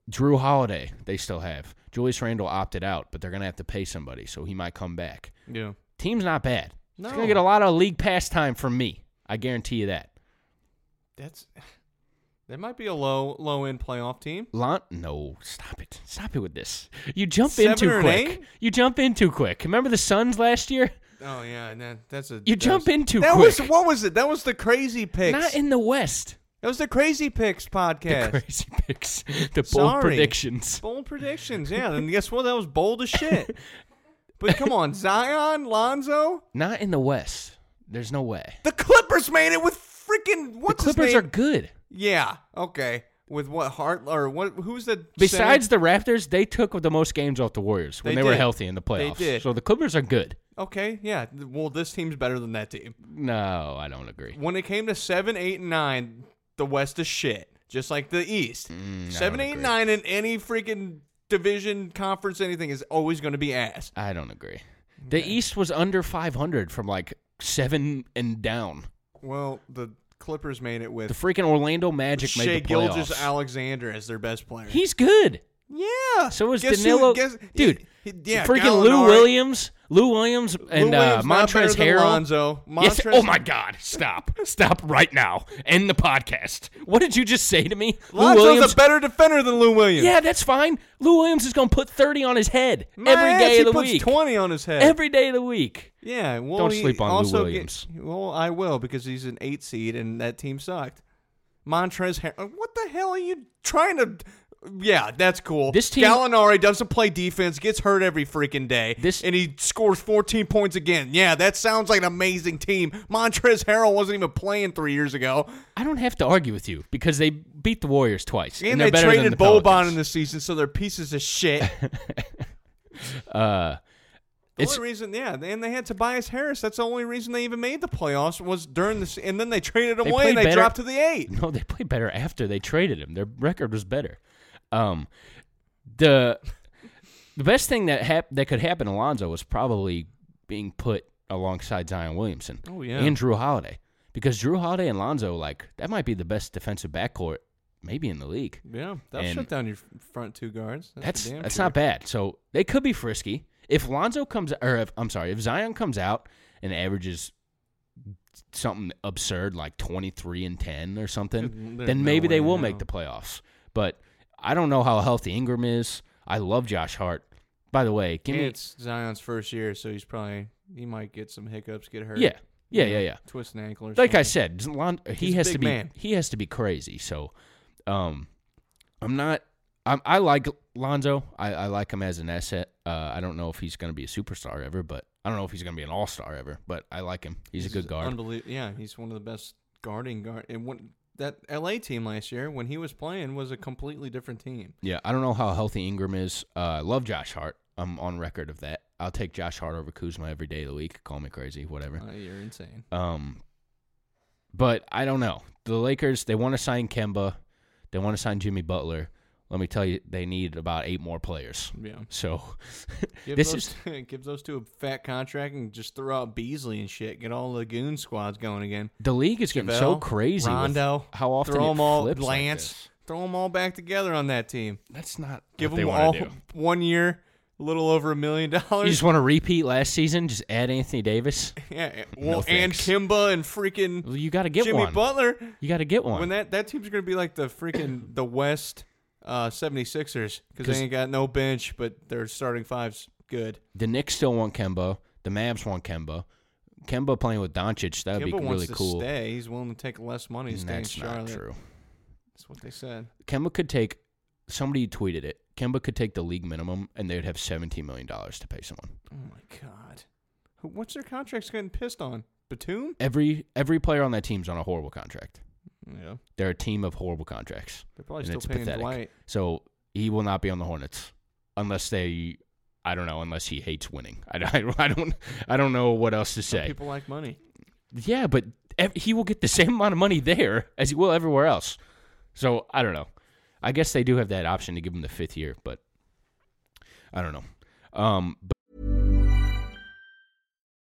[SPEAKER 2] Drew Holiday, they still have. Julius Randle opted out, but they're going to have to pay somebody, so he might come back.
[SPEAKER 3] Yeah.
[SPEAKER 2] Team's not bad. He's going
[SPEAKER 3] No.
[SPEAKER 2] to get a lot of league pass time from me. I guarantee you that.
[SPEAKER 3] That's that might be a low low end playoff team.
[SPEAKER 2] Lon, no, stop it. Stop it with this. You jump in
[SPEAKER 3] Seven
[SPEAKER 2] too
[SPEAKER 3] or an
[SPEAKER 2] quick.
[SPEAKER 3] eight?
[SPEAKER 2] You jump in too quick. Remember the Suns last year?
[SPEAKER 3] Oh yeah, and that, that's a
[SPEAKER 2] You
[SPEAKER 3] that
[SPEAKER 2] jump
[SPEAKER 3] was-
[SPEAKER 2] in too
[SPEAKER 3] That was
[SPEAKER 2] quick.
[SPEAKER 3] what was it? That was the crazy picks.
[SPEAKER 2] Not in the West.
[SPEAKER 3] that was the crazy picks podcast.
[SPEAKER 2] The crazy picks. The bold
[SPEAKER 3] Sorry.
[SPEAKER 2] predictions.
[SPEAKER 3] Bold predictions, yeah. Then guess what? That was bold as shit. But come on, Zion, Lonzo,
[SPEAKER 2] Not in the West. There's no way.
[SPEAKER 3] the Clippers made it with freaking what's
[SPEAKER 2] the Clippers
[SPEAKER 3] his
[SPEAKER 2] are
[SPEAKER 3] name?
[SPEAKER 2] good.
[SPEAKER 3] yeah, okay. With what Hart or what? Who's the
[SPEAKER 2] Besides
[SPEAKER 3] center?
[SPEAKER 2] the Raptors, they took the most games off the Warriors when
[SPEAKER 3] They
[SPEAKER 2] they, were
[SPEAKER 3] did.
[SPEAKER 2] healthy in the
[SPEAKER 3] They
[SPEAKER 2] playoffs.
[SPEAKER 3] did.
[SPEAKER 2] So the Clippers are good.
[SPEAKER 3] Okay, yeah. Well, this team's better than that team.
[SPEAKER 2] No, I don't agree.
[SPEAKER 3] When it came to seven, eight, and nine, the West is shit. Just like the East.
[SPEAKER 2] Mm, I
[SPEAKER 3] seven,
[SPEAKER 2] don't
[SPEAKER 3] eight,
[SPEAKER 2] agree.
[SPEAKER 3] nine in any freaking division, conference, anything is always going to be ass.
[SPEAKER 2] I don't agree. The East was under 500 from like seven and down.
[SPEAKER 3] Well, the Clippers made it
[SPEAKER 2] The
[SPEAKER 3] with
[SPEAKER 2] freaking Orlando Magic
[SPEAKER 3] Shea
[SPEAKER 2] made the playoffs.
[SPEAKER 3] Gilgis Alexander as their best player.
[SPEAKER 2] He's good.
[SPEAKER 3] yeah.
[SPEAKER 2] So is
[SPEAKER 3] Guess who-
[SPEAKER 2] Danilo.
[SPEAKER 3] guess-
[SPEAKER 2] dude,
[SPEAKER 3] he- yeah,
[SPEAKER 2] freaking Lou
[SPEAKER 3] Gallinari-
[SPEAKER 2] Williams, Lou Williams,
[SPEAKER 3] Lou
[SPEAKER 2] and uh,
[SPEAKER 3] Williams not better
[SPEAKER 2] Montrezl
[SPEAKER 3] than
[SPEAKER 2] Harrell.
[SPEAKER 3] Lonzo.
[SPEAKER 2] Yes,
[SPEAKER 3] Montrezl-
[SPEAKER 2] oh my God! Stop! Stop right now! End the podcast. What did you just say to me?
[SPEAKER 3] Lonzo's
[SPEAKER 2] Lou Williams
[SPEAKER 3] a better defender than Lou Williams.
[SPEAKER 2] Yeah, that's fine. Lou Williams is going to put 30 on his head
[SPEAKER 3] My
[SPEAKER 2] every
[SPEAKER 3] ass,
[SPEAKER 2] day
[SPEAKER 3] he
[SPEAKER 2] of the
[SPEAKER 3] puts
[SPEAKER 2] week.
[SPEAKER 3] 20 on his head.
[SPEAKER 2] Every day of the week.
[SPEAKER 3] Yeah, well,
[SPEAKER 2] Don't
[SPEAKER 3] he
[SPEAKER 2] sleep on Lou
[SPEAKER 3] also
[SPEAKER 2] Williams.
[SPEAKER 3] get- well, I will because he's an eight seed and that team sucked. Montrez, Har- uh, what the hell are you trying to? Yeah, that's cool.
[SPEAKER 2] This team-
[SPEAKER 3] Gallinari doesn't play defense, gets hurt every freaking day,
[SPEAKER 2] This-
[SPEAKER 3] and he scores 14 points again. Yeah, that sounds like an amazing team. Montrez Harrell wasn't even playing three years ago,
[SPEAKER 2] I don't have to argue with you because they beat the Warriors twice.
[SPEAKER 3] and,
[SPEAKER 2] And,
[SPEAKER 3] they
[SPEAKER 2] they're better than
[SPEAKER 3] traded
[SPEAKER 2] the
[SPEAKER 3] Boban
[SPEAKER 2] Pelicans.
[SPEAKER 3] in the season, so they're pieces of shit.
[SPEAKER 2] Uh,
[SPEAKER 3] The
[SPEAKER 2] it's
[SPEAKER 3] only reason, yeah, and they had Tobias Harris. That's the only reason they even made the playoffs was during this, and then they traded
[SPEAKER 2] They
[SPEAKER 3] him away and
[SPEAKER 2] played
[SPEAKER 3] they
[SPEAKER 2] better-
[SPEAKER 3] dropped to the eight.
[SPEAKER 2] no, they played better after they traded him. Their record was better. Um, the the best thing that hap- that could happen to Lonzo was probably being put alongside Zion Williamson.
[SPEAKER 3] Oh, yeah.
[SPEAKER 2] and Drew Holiday because Drew Holiday and Lonzo like that might be the best defensive backcourt maybe in the league.
[SPEAKER 3] Yeah, that'll
[SPEAKER 2] And-
[SPEAKER 3] shut down your f- front two guards.
[SPEAKER 2] That's
[SPEAKER 3] for damn
[SPEAKER 2] that's
[SPEAKER 3] sure.
[SPEAKER 2] not bad. So they could be frisky. If Lonzo comes, or if, I'm sorry, if Zion comes out and averages something absurd like 23 and 10 or something,
[SPEAKER 3] There's
[SPEAKER 2] then
[SPEAKER 3] no
[SPEAKER 2] maybe they
[SPEAKER 3] way,
[SPEAKER 2] will
[SPEAKER 3] no.
[SPEAKER 2] make the playoffs. But I don't know how healthy Ingram is. I love Josh Hart. By the way, give
[SPEAKER 3] And
[SPEAKER 2] me
[SPEAKER 3] it's Zion's first year, so he's probably he might get some hiccups, get hurt.
[SPEAKER 2] yeah, yeah,
[SPEAKER 3] you
[SPEAKER 2] yeah,
[SPEAKER 3] know,
[SPEAKER 2] yeah.
[SPEAKER 3] Twist an ankle or
[SPEAKER 2] like I
[SPEAKER 3] something.
[SPEAKER 2] said, Lon, he
[SPEAKER 3] He's a
[SPEAKER 2] has to
[SPEAKER 3] big
[SPEAKER 2] be
[SPEAKER 3] man.
[SPEAKER 2] he has to be crazy. So, um, I'm not. I'm, I like Lonzo. I, I like him as an asset. Uh, I don't know if he's going to be a superstar ever, but I don't know if he's going to be an all star ever. But I like him. He's, a good guard.
[SPEAKER 3] Unbelievable. Yeah, he's one of the best guarding guard. And when that LA team last year, when he was playing, was a completely different team.
[SPEAKER 2] yeah, I don't know how healthy Ingram is. Uh, I love Josh Hart. I'm on record of that. I'll take Josh Hart over Kuzma every day of the week. Call me crazy, whatever.
[SPEAKER 3] Uh, you're insane.
[SPEAKER 2] Um, but I don't know. The Lakers they want to sign Kemba, they want to sign Jimmy Butler. Let me tell you, they need about eight more players.
[SPEAKER 3] Yeah.
[SPEAKER 2] So
[SPEAKER 3] Give
[SPEAKER 2] this
[SPEAKER 3] those,
[SPEAKER 2] is
[SPEAKER 3] give those two a fat contract and just throw out Beasley and shit. Get all the goon squads going again.
[SPEAKER 2] the league is getting so
[SPEAKER 3] JaVale,
[SPEAKER 2] crazy. with
[SPEAKER 3] Rondo,
[SPEAKER 2] how often
[SPEAKER 3] throw
[SPEAKER 2] it
[SPEAKER 3] them all,
[SPEAKER 2] flips like
[SPEAKER 3] Lance,
[SPEAKER 2] this.
[SPEAKER 3] throw them all back together on that team.
[SPEAKER 2] That's not
[SPEAKER 3] Give
[SPEAKER 2] what they
[SPEAKER 3] them
[SPEAKER 2] wanna
[SPEAKER 3] all
[SPEAKER 2] do.
[SPEAKER 3] one year, a little over a million
[SPEAKER 2] You
[SPEAKER 3] dollars.
[SPEAKER 2] just want to repeat last season. Just add Anthony Davis.
[SPEAKER 3] Yeah,
[SPEAKER 2] No
[SPEAKER 3] well, and
[SPEAKER 2] thanks.
[SPEAKER 3] Kimba and freaking
[SPEAKER 2] Well, you got to get
[SPEAKER 3] Jimmy
[SPEAKER 2] one.
[SPEAKER 3] Butler.
[SPEAKER 2] You got to get one.
[SPEAKER 3] When that that team's gonna be like the freaking the West uh, 76ers because
[SPEAKER 2] 'Cause-
[SPEAKER 3] they ain't got no bench, but their starting fives good.
[SPEAKER 2] the Knicks still want Kemba. The Mavs want Kemba. Kemba playing with Doncic that would
[SPEAKER 3] Kimba
[SPEAKER 2] be
[SPEAKER 3] wants
[SPEAKER 2] really
[SPEAKER 3] to
[SPEAKER 2] cool.
[SPEAKER 3] stay. He's willing to take less money. to
[SPEAKER 2] And
[SPEAKER 3] stay in
[SPEAKER 2] that's
[SPEAKER 3] Charlotte.
[SPEAKER 2] not true.
[SPEAKER 3] That's what they said.
[SPEAKER 2] Kemba could take somebody tweeted it. Kemba could take the league minimum and they'd have seventeen million dollars to pay someone.
[SPEAKER 3] Oh my god, Who- what's their contracts getting pissed on? Batum?
[SPEAKER 2] Every every player on that team's on a horrible contract.
[SPEAKER 3] Yeah,
[SPEAKER 2] They're a team of horrible contracts.
[SPEAKER 3] they're probably
[SPEAKER 2] and
[SPEAKER 3] still
[SPEAKER 2] it's
[SPEAKER 3] paying
[SPEAKER 2] pathetic.
[SPEAKER 3] Dwight.
[SPEAKER 2] So he will not be on the Hornets unless they I don't know, unless he hates winning. I, don't- I don't I don't know what else to
[SPEAKER 3] Some
[SPEAKER 2] say.
[SPEAKER 3] people like money.
[SPEAKER 2] Yeah, but ev- he will get the same amount of money there as he will everywhere else. So I don't know. I guess they do have that option to give him the fifth year, but I don't know. Um,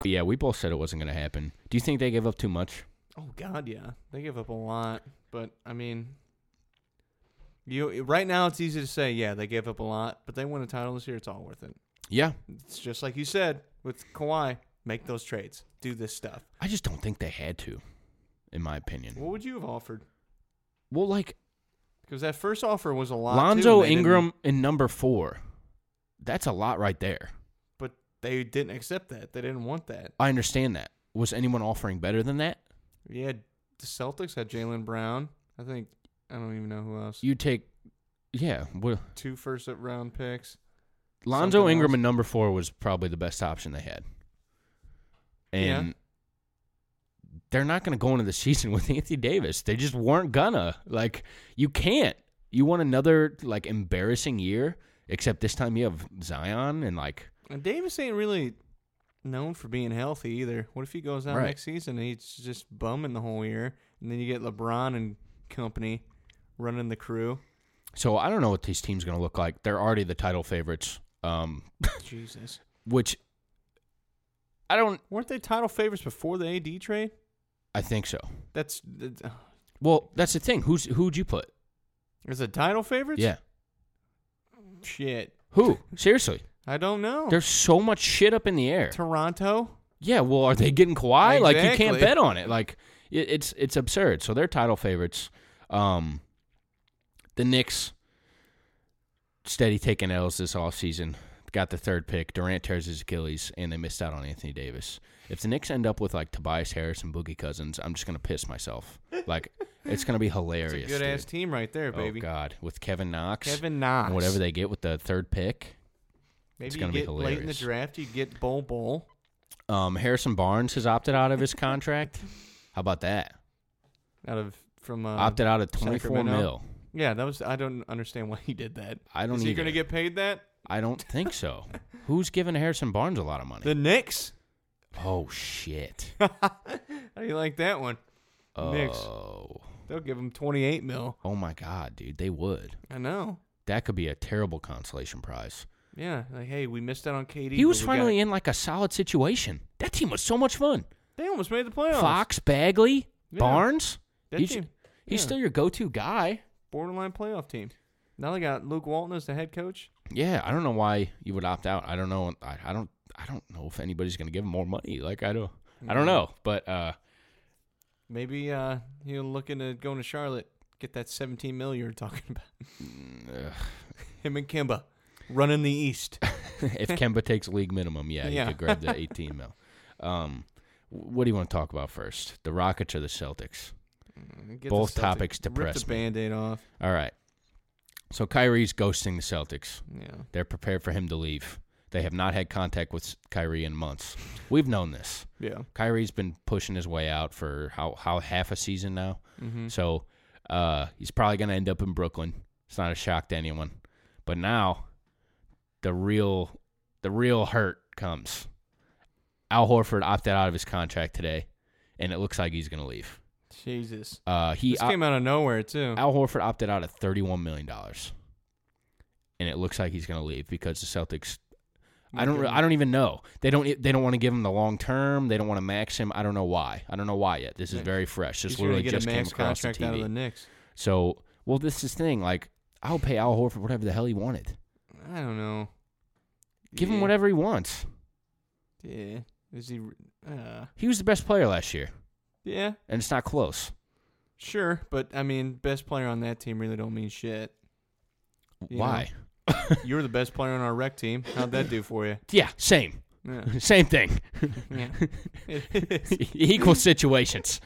[SPEAKER 2] But yeah, we both said it wasn't going to happen. Do you think they gave up too much?
[SPEAKER 3] Oh God, yeah, they give up a lot, but I mean, you right now it's easy to say, yeah, they gave up a lot, but they win a title this year. It's all worth it.
[SPEAKER 2] Yeah,
[SPEAKER 3] It's just like you said with Kawhi, make those trades, do this stuff.
[SPEAKER 2] I just don't think they had to, in my opinion.
[SPEAKER 3] What would you have offered?
[SPEAKER 2] Well, like
[SPEAKER 3] Because that first offer was a lot. too,
[SPEAKER 2] Lonzo
[SPEAKER 3] and they didn't-
[SPEAKER 2] Ingram in number four, that's a lot right there.
[SPEAKER 3] but they didn't accept that. They didn't want that.
[SPEAKER 2] I understand that. Was anyone offering better than that?
[SPEAKER 3] Yeah, the Celtics had Jalen Brown. I think I don't even know who else.
[SPEAKER 2] You take, yeah, well,
[SPEAKER 3] Two first round picks.
[SPEAKER 2] Lonzo
[SPEAKER 3] Something
[SPEAKER 2] Ingram
[SPEAKER 3] else.
[SPEAKER 2] in number four was probably the best option they had.
[SPEAKER 3] Yeah.
[SPEAKER 2] And they're not going to go into the season with Anthony Davis. They just weren't gonna. Like you can't. You want another like embarrassing year, except this time you have Zion and like
[SPEAKER 3] And Davis ain't really known for being healthy either. What if he goes out
[SPEAKER 2] Right.
[SPEAKER 3] next season and he's just bumming the whole year, and then you get LeBron and company running the crew?
[SPEAKER 2] so I don't know what this team's going to look like. They're already the title favorites. Um
[SPEAKER 3] Jesus,
[SPEAKER 2] which I don't
[SPEAKER 3] weren't they title favorites before the AD trade?
[SPEAKER 2] I think so.
[SPEAKER 3] That's that- uh,
[SPEAKER 2] Well, that's the thing. Who's who'd you put?
[SPEAKER 3] is it title favorites?
[SPEAKER 2] Yeah.
[SPEAKER 3] Shit,
[SPEAKER 2] Who? Seriously.
[SPEAKER 3] I don't know.
[SPEAKER 2] There's so much shit up in the air.
[SPEAKER 3] Toronto.
[SPEAKER 2] Yeah, well, are they getting Kawhi? Like you can't
[SPEAKER 3] Exactly.
[SPEAKER 2] bet on it. Like it, it's it's absurd. So they're title favorites. Um, the Knicks steady taking L's this offseason. Got the third pick. Durant tears his Achilles, and they missed out on Anthony Davis. If the Knicks end up with like Tobias Harris and Boogie Cousins, I'm just gonna piss myself. Like it's gonna be hilarious.
[SPEAKER 3] It's a good ass
[SPEAKER 2] dude.
[SPEAKER 3] team right there, baby.
[SPEAKER 2] Oh God, with Kevin Knox,
[SPEAKER 3] Kevin Knox.
[SPEAKER 2] and whatever they get with the third pick.
[SPEAKER 3] Maybe
[SPEAKER 2] It's
[SPEAKER 3] you
[SPEAKER 2] gonna be
[SPEAKER 3] get late in the
[SPEAKER 2] hilarious.
[SPEAKER 3] draft, you get Bull Bull.
[SPEAKER 2] Um, Harrison Barnes has opted out of his contract. How about that?
[SPEAKER 3] out of from uh,
[SPEAKER 2] opted out of 24
[SPEAKER 3] Sacramento.
[SPEAKER 2] mil.
[SPEAKER 3] Yeah, that was. I don't understand why he did that.
[SPEAKER 2] I don't
[SPEAKER 3] Is he
[SPEAKER 2] either.
[SPEAKER 3] going to get paid that?
[SPEAKER 2] I don't think so. Who's giving Harrison Barnes a lot of money?
[SPEAKER 3] The Knicks.
[SPEAKER 2] oh shit.
[SPEAKER 3] How do you like that one?
[SPEAKER 2] Oh.
[SPEAKER 3] Knicks. They'll give him twenty eight mil.
[SPEAKER 2] Oh my god, dude, they would.
[SPEAKER 3] I know.
[SPEAKER 2] That could be a terrible consolation prize.
[SPEAKER 3] Yeah, like hey, we missed out on KD.
[SPEAKER 2] He was finally in like a solid situation. That team was so much fun.
[SPEAKER 3] They almost made the playoffs.
[SPEAKER 2] Fox, Bagley,
[SPEAKER 3] Yeah.
[SPEAKER 2] Barnes.
[SPEAKER 3] That
[SPEAKER 2] he's
[SPEAKER 3] team-
[SPEAKER 2] he's
[SPEAKER 3] yeah.
[SPEAKER 2] still your go-to guy.
[SPEAKER 3] borderline playoff team. Now they got Luke Walton as the head coach.
[SPEAKER 2] Yeah, I don't know why you would opt out. I don't know. I, I don't. I don't know if anybody's going to give him more money. Like I don't. I
[SPEAKER 3] Mm-hmm.
[SPEAKER 2] don't know. But uh,
[SPEAKER 3] Maybe uh, he'll look into going to Charlotte, get that seventeen mil you were talking about.
[SPEAKER 2] Mm,
[SPEAKER 3] Him and Kimba running the East.
[SPEAKER 2] if Kemba takes league minimum, yeah, you
[SPEAKER 3] Yeah.
[SPEAKER 2] could grab the 18 mil. Um, wh- what do you want to talk about first? The Rockets or the Celtics?
[SPEAKER 3] Get the
[SPEAKER 2] Both
[SPEAKER 3] Celtic-
[SPEAKER 2] topics
[SPEAKER 3] Rip
[SPEAKER 2] depress
[SPEAKER 3] the
[SPEAKER 2] me.
[SPEAKER 3] band-aid off.
[SPEAKER 2] All right. So Kyrie's ghosting the Celtics.
[SPEAKER 3] Yeah.
[SPEAKER 2] They're prepared for him to leave. They have not had contact with Kyrie in months. We've known this.
[SPEAKER 3] Yeah.
[SPEAKER 2] Kyrie's been pushing his way out for how how half a season now.
[SPEAKER 3] Mm-hmm.
[SPEAKER 2] So uh, he's probably going to end up in Brooklyn. It's not a shock to anyone. But now the real the real hurt comes. Al Horford opted out of his contract today, and it looks like he's going to leave.
[SPEAKER 3] Jesus.
[SPEAKER 2] Uh, he
[SPEAKER 3] this came out of nowhere too.
[SPEAKER 2] Al Horford opted out at thirty-one million dollars, and it looks like he's going to leave because the Celtics. I don't. re- I don't even know. They don't. They don't want to give him the long term. They don't want to max him. I don't know why. I don't know why yet. This is very fresh. This
[SPEAKER 3] He's gonna
[SPEAKER 2] literally
[SPEAKER 3] get
[SPEAKER 2] just
[SPEAKER 3] a
[SPEAKER 2] came
[SPEAKER 3] max
[SPEAKER 2] across the
[SPEAKER 3] contract out of
[SPEAKER 2] TV.
[SPEAKER 3] the Knicks.
[SPEAKER 2] So, well, this is the thing. Like, I'll pay Al Horford whatever the hell he wanted.
[SPEAKER 3] I don't know.
[SPEAKER 2] Give
[SPEAKER 3] Yeah.
[SPEAKER 2] him whatever he wants.
[SPEAKER 3] Yeah. Is he? Uh,
[SPEAKER 2] He was the best player last year,
[SPEAKER 3] yeah.
[SPEAKER 2] and it's not close.
[SPEAKER 3] Sure, but I mean, best player on that team really don't mean shit. You
[SPEAKER 2] Why?
[SPEAKER 3] You were the best player on our rec team. How'd that do for you?
[SPEAKER 2] Yeah, same.
[SPEAKER 3] Yeah.
[SPEAKER 2] Same thing.
[SPEAKER 3] yeah.
[SPEAKER 2] Equal situations.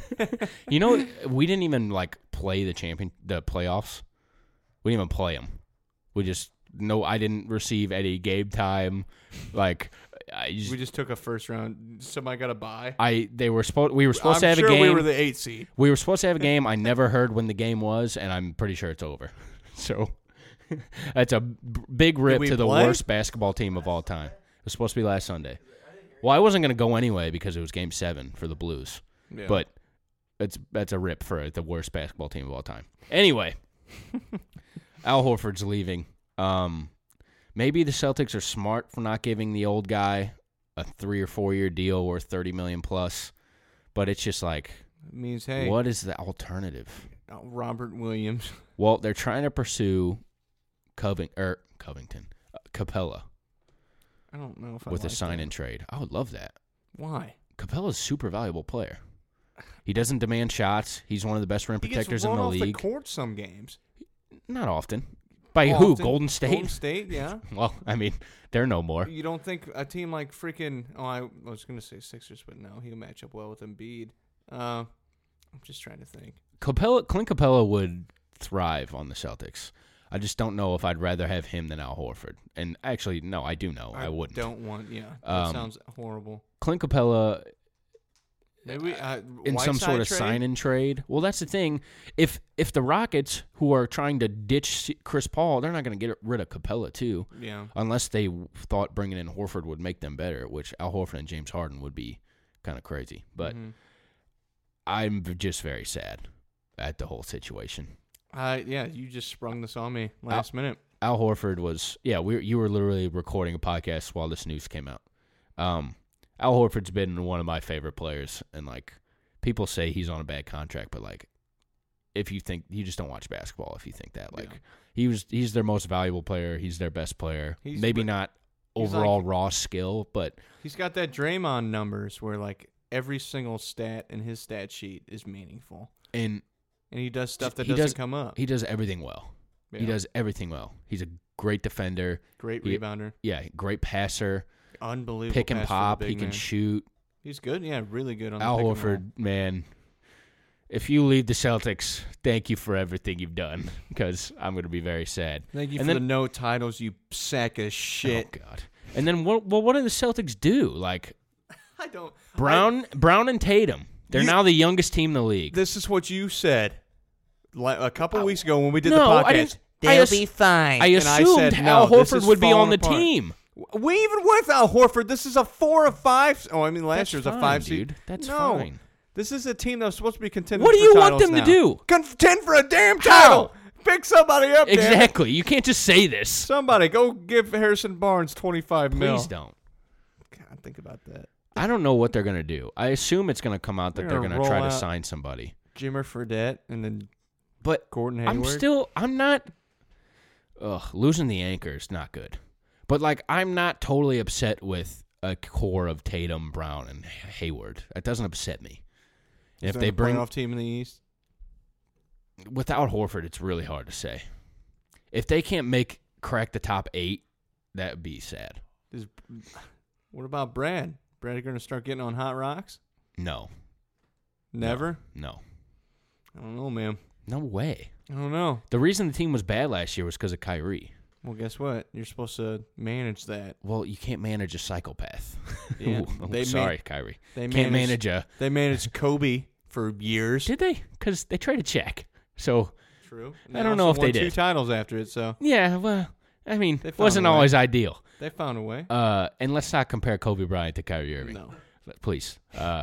[SPEAKER 2] you know, we didn't even like play the champion the playoffs. We didn't even play them. We just no. I didn't receive any game time. Like I, just,
[SPEAKER 3] we just took a first round. Somebody got a buy.
[SPEAKER 2] I they were supposed. We were supposed
[SPEAKER 3] I'm
[SPEAKER 2] to have
[SPEAKER 3] sure
[SPEAKER 2] a game.
[SPEAKER 3] we were the eight seed.
[SPEAKER 2] We were supposed to have a game. I never heard when the game was, and I'm pretty sure it's over. So that's a b- big rip
[SPEAKER 3] we
[SPEAKER 2] to the
[SPEAKER 3] play?
[SPEAKER 2] worst basketball team of all time. It was supposed to be last Sunday. Well, I wasn't going to go anyway because it was Game Seven for the Blues,
[SPEAKER 3] Yeah.
[SPEAKER 2] but it's that's a rip for the worst basketball team of all time. Anyway, Al Horford's leaving. Um, maybe the Celtics are smart for not giving the old guy a three or four year deal worth thirty million plus, but it's just like
[SPEAKER 3] it means hey, uh,
[SPEAKER 2] what is the alternative?
[SPEAKER 3] Robert Williams.
[SPEAKER 2] Well, they're trying to pursue Coving or Covington uh, Capella
[SPEAKER 3] I don't know if I
[SPEAKER 2] with a
[SPEAKER 3] like
[SPEAKER 2] sign
[SPEAKER 3] that.
[SPEAKER 2] and trade. I would love that.
[SPEAKER 3] Why?
[SPEAKER 2] Capella's a super valuable player. He doesn't demand shots. He's one of the best rim
[SPEAKER 3] He gets
[SPEAKER 2] protectors in
[SPEAKER 3] blown
[SPEAKER 2] the
[SPEAKER 3] off
[SPEAKER 2] league.
[SPEAKER 3] the court some games.
[SPEAKER 2] Not often. By who?
[SPEAKER 3] Often.
[SPEAKER 2] Golden State.
[SPEAKER 3] Golden State, yeah.
[SPEAKER 2] Well, I mean, they're no more.
[SPEAKER 3] You don't think a team like freaking? Oh, I was gonna say Sixers, but no, he'll match up well with Embiid. Uh, I'm just trying to think.
[SPEAKER 2] Capella, Clint Capella would thrive on the Celtics. I just don't know if I'd rather have him than Al Horford. And actually, no, I do know. Oh, I, wouldn't.
[SPEAKER 3] Don't want. Yeah, that
[SPEAKER 2] Um,
[SPEAKER 3] sounds horrible.
[SPEAKER 2] Clint Capella
[SPEAKER 3] Maybe uh,
[SPEAKER 2] in some sort of sign and trade. Well, that's the thing. If if the Rockets, who are trying to ditch C- Chris Paul, they're not going to get rid of Capella too,
[SPEAKER 3] Yeah,
[SPEAKER 2] unless they w- thought bringing in Horford would make them better, which Al Horford and James Harden would be kind of crazy. But
[SPEAKER 3] Mhm.
[SPEAKER 2] I'm v- just very sad at the whole situation.
[SPEAKER 3] Uh, yeah, you just sprung this on me last minute.
[SPEAKER 2] Al Horford was yeah. We you were literally recording a podcast while this news came out. Um, Al Horford's been one of my favorite players, and like people say he's on a bad contract, but like if you think you just don't watch basketball, if you think that like
[SPEAKER 3] Yeah.
[SPEAKER 2] he was he's their most valuable player, he's their best player.
[SPEAKER 3] He's
[SPEAKER 2] Maybe
[SPEAKER 3] re-
[SPEAKER 2] not
[SPEAKER 3] he's
[SPEAKER 2] overall
[SPEAKER 3] like-
[SPEAKER 2] raw skill, but
[SPEAKER 3] He's got that Draymond numbers where like every single stat in his stat sheet is meaningful,
[SPEAKER 2] and
[SPEAKER 3] and he does stuff that
[SPEAKER 2] he
[SPEAKER 3] doesn't
[SPEAKER 2] does-
[SPEAKER 3] come up.
[SPEAKER 2] he does everything well. He
[SPEAKER 3] Yeah.
[SPEAKER 2] does everything well. He's a great defender.
[SPEAKER 3] great
[SPEAKER 2] he-
[SPEAKER 3] rebounder,
[SPEAKER 2] Yeah, great passer,
[SPEAKER 3] unbelievable
[SPEAKER 2] pick and
[SPEAKER 3] pass for the
[SPEAKER 2] pop.
[SPEAKER 3] big
[SPEAKER 2] He can
[SPEAKER 3] man.
[SPEAKER 2] shoot.
[SPEAKER 3] He's good. Yeah, really good on the
[SPEAKER 2] Al
[SPEAKER 3] pick and
[SPEAKER 2] Horford, man, if you leave the Celtics, thank you for everything you've done because I'm going to be very sad.
[SPEAKER 3] roll. Thank you
[SPEAKER 2] and
[SPEAKER 3] for
[SPEAKER 2] then,
[SPEAKER 3] the no titles, you sack of shit.
[SPEAKER 2] Oh, God. And then what? Well, what do the Celtics do? Like
[SPEAKER 3] I don't.
[SPEAKER 2] Brown, Brown and Tatum. They're
[SPEAKER 3] You-
[SPEAKER 2] now the youngest team in the league.
[SPEAKER 3] This is what you said like, a couple weeks ago when we did
[SPEAKER 2] no,
[SPEAKER 3] the podcast.
[SPEAKER 2] I didn't. I ass-
[SPEAKER 4] fine.
[SPEAKER 2] I
[SPEAKER 3] And I
[SPEAKER 2] assumed
[SPEAKER 3] said,
[SPEAKER 2] Al
[SPEAKER 3] no, this
[SPEAKER 2] Horford
[SPEAKER 3] is
[SPEAKER 2] would be on
[SPEAKER 3] falling
[SPEAKER 2] the
[SPEAKER 3] apart.
[SPEAKER 2] team.
[SPEAKER 3] We even with Al Horford, this is a four of five. Oh, I mean, last
[SPEAKER 2] That's
[SPEAKER 3] year was
[SPEAKER 2] fine,
[SPEAKER 3] a five seed.
[SPEAKER 2] dude. That's
[SPEAKER 3] no,
[SPEAKER 2] fine.
[SPEAKER 3] This is a team that was supposed to be contending.
[SPEAKER 2] What do
[SPEAKER 3] for
[SPEAKER 2] you want
[SPEAKER 3] titles
[SPEAKER 2] them to
[SPEAKER 3] now.
[SPEAKER 2] do?
[SPEAKER 3] Contend for a damn
[SPEAKER 2] How?
[SPEAKER 3] title. Pick somebody up. damn it.
[SPEAKER 2] Exactly. You can't just say this.
[SPEAKER 3] Somebody go give Harrison Barnes twenty five mil.
[SPEAKER 2] Please don't.
[SPEAKER 3] God, think about that.
[SPEAKER 2] I don't know what they're going to do. I assume it's going to come out that
[SPEAKER 3] They're
[SPEAKER 2] they're
[SPEAKER 3] gonna
[SPEAKER 2] going to try
[SPEAKER 3] roll
[SPEAKER 2] to
[SPEAKER 3] out-
[SPEAKER 2] sign somebody.
[SPEAKER 3] Jimmer Fredette and then
[SPEAKER 2] But
[SPEAKER 3] Gordon
[SPEAKER 2] I'm
[SPEAKER 3] Hayward?
[SPEAKER 2] still I'm not ugh, losing the anchor is not good. But like I'm not totally upset with a core of Tatum, Brown, and Hayward. That doesn't upset me. And if
[SPEAKER 3] Is there
[SPEAKER 2] they
[SPEAKER 3] a
[SPEAKER 2] bring
[SPEAKER 3] playoff team in the East,
[SPEAKER 2] without Horford, it's really hard to say. If they can't make crack the top eight, that would be sad.
[SPEAKER 3] is what about Brad? Brad going to start getting on hot rocks?
[SPEAKER 2] No,
[SPEAKER 3] Never.
[SPEAKER 2] no,
[SPEAKER 3] I don't know, man.
[SPEAKER 2] no way.
[SPEAKER 3] I don't know.
[SPEAKER 2] The reason the team was bad last year was because of Kyrie.
[SPEAKER 3] Well, guess what? You're supposed to manage that.
[SPEAKER 2] Well, you can't manage a psychopath.
[SPEAKER 3] Yeah,
[SPEAKER 2] Ooh,
[SPEAKER 3] they ma-
[SPEAKER 2] sorry, Kyrie.
[SPEAKER 3] They
[SPEAKER 2] can't
[SPEAKER 3] managed-
[SPEAKER 2] manage a
[SPEAKER 3] They managed Kobe for years.
[SPEAKER 2] Did they? Because they traded Shaq. So
[SPEAKER 3] True.
[SPEAKER 2] I don't know if
[SPEAKER 3] also
[SPEAKER 2] they
[SPEAKER 3] won Two
[SPEAKER 2] did.
[SPEAKER 3] titles after it, so
[SPEAKER 2] yeah, well, I mean,
[SPEAKER 3] They found
[SPEAKER 2] wasn't
[SPEAKER 3] a way.
[SPEAKER 2] always ideal.
[SPEAKER 3] they found a way.
[SPEAKER 2] Uh, and let's not compare Kobe Bryant to Kyrie Irving,
[SPEAKER 3] No.
[SPEAKER 2] please. Uh,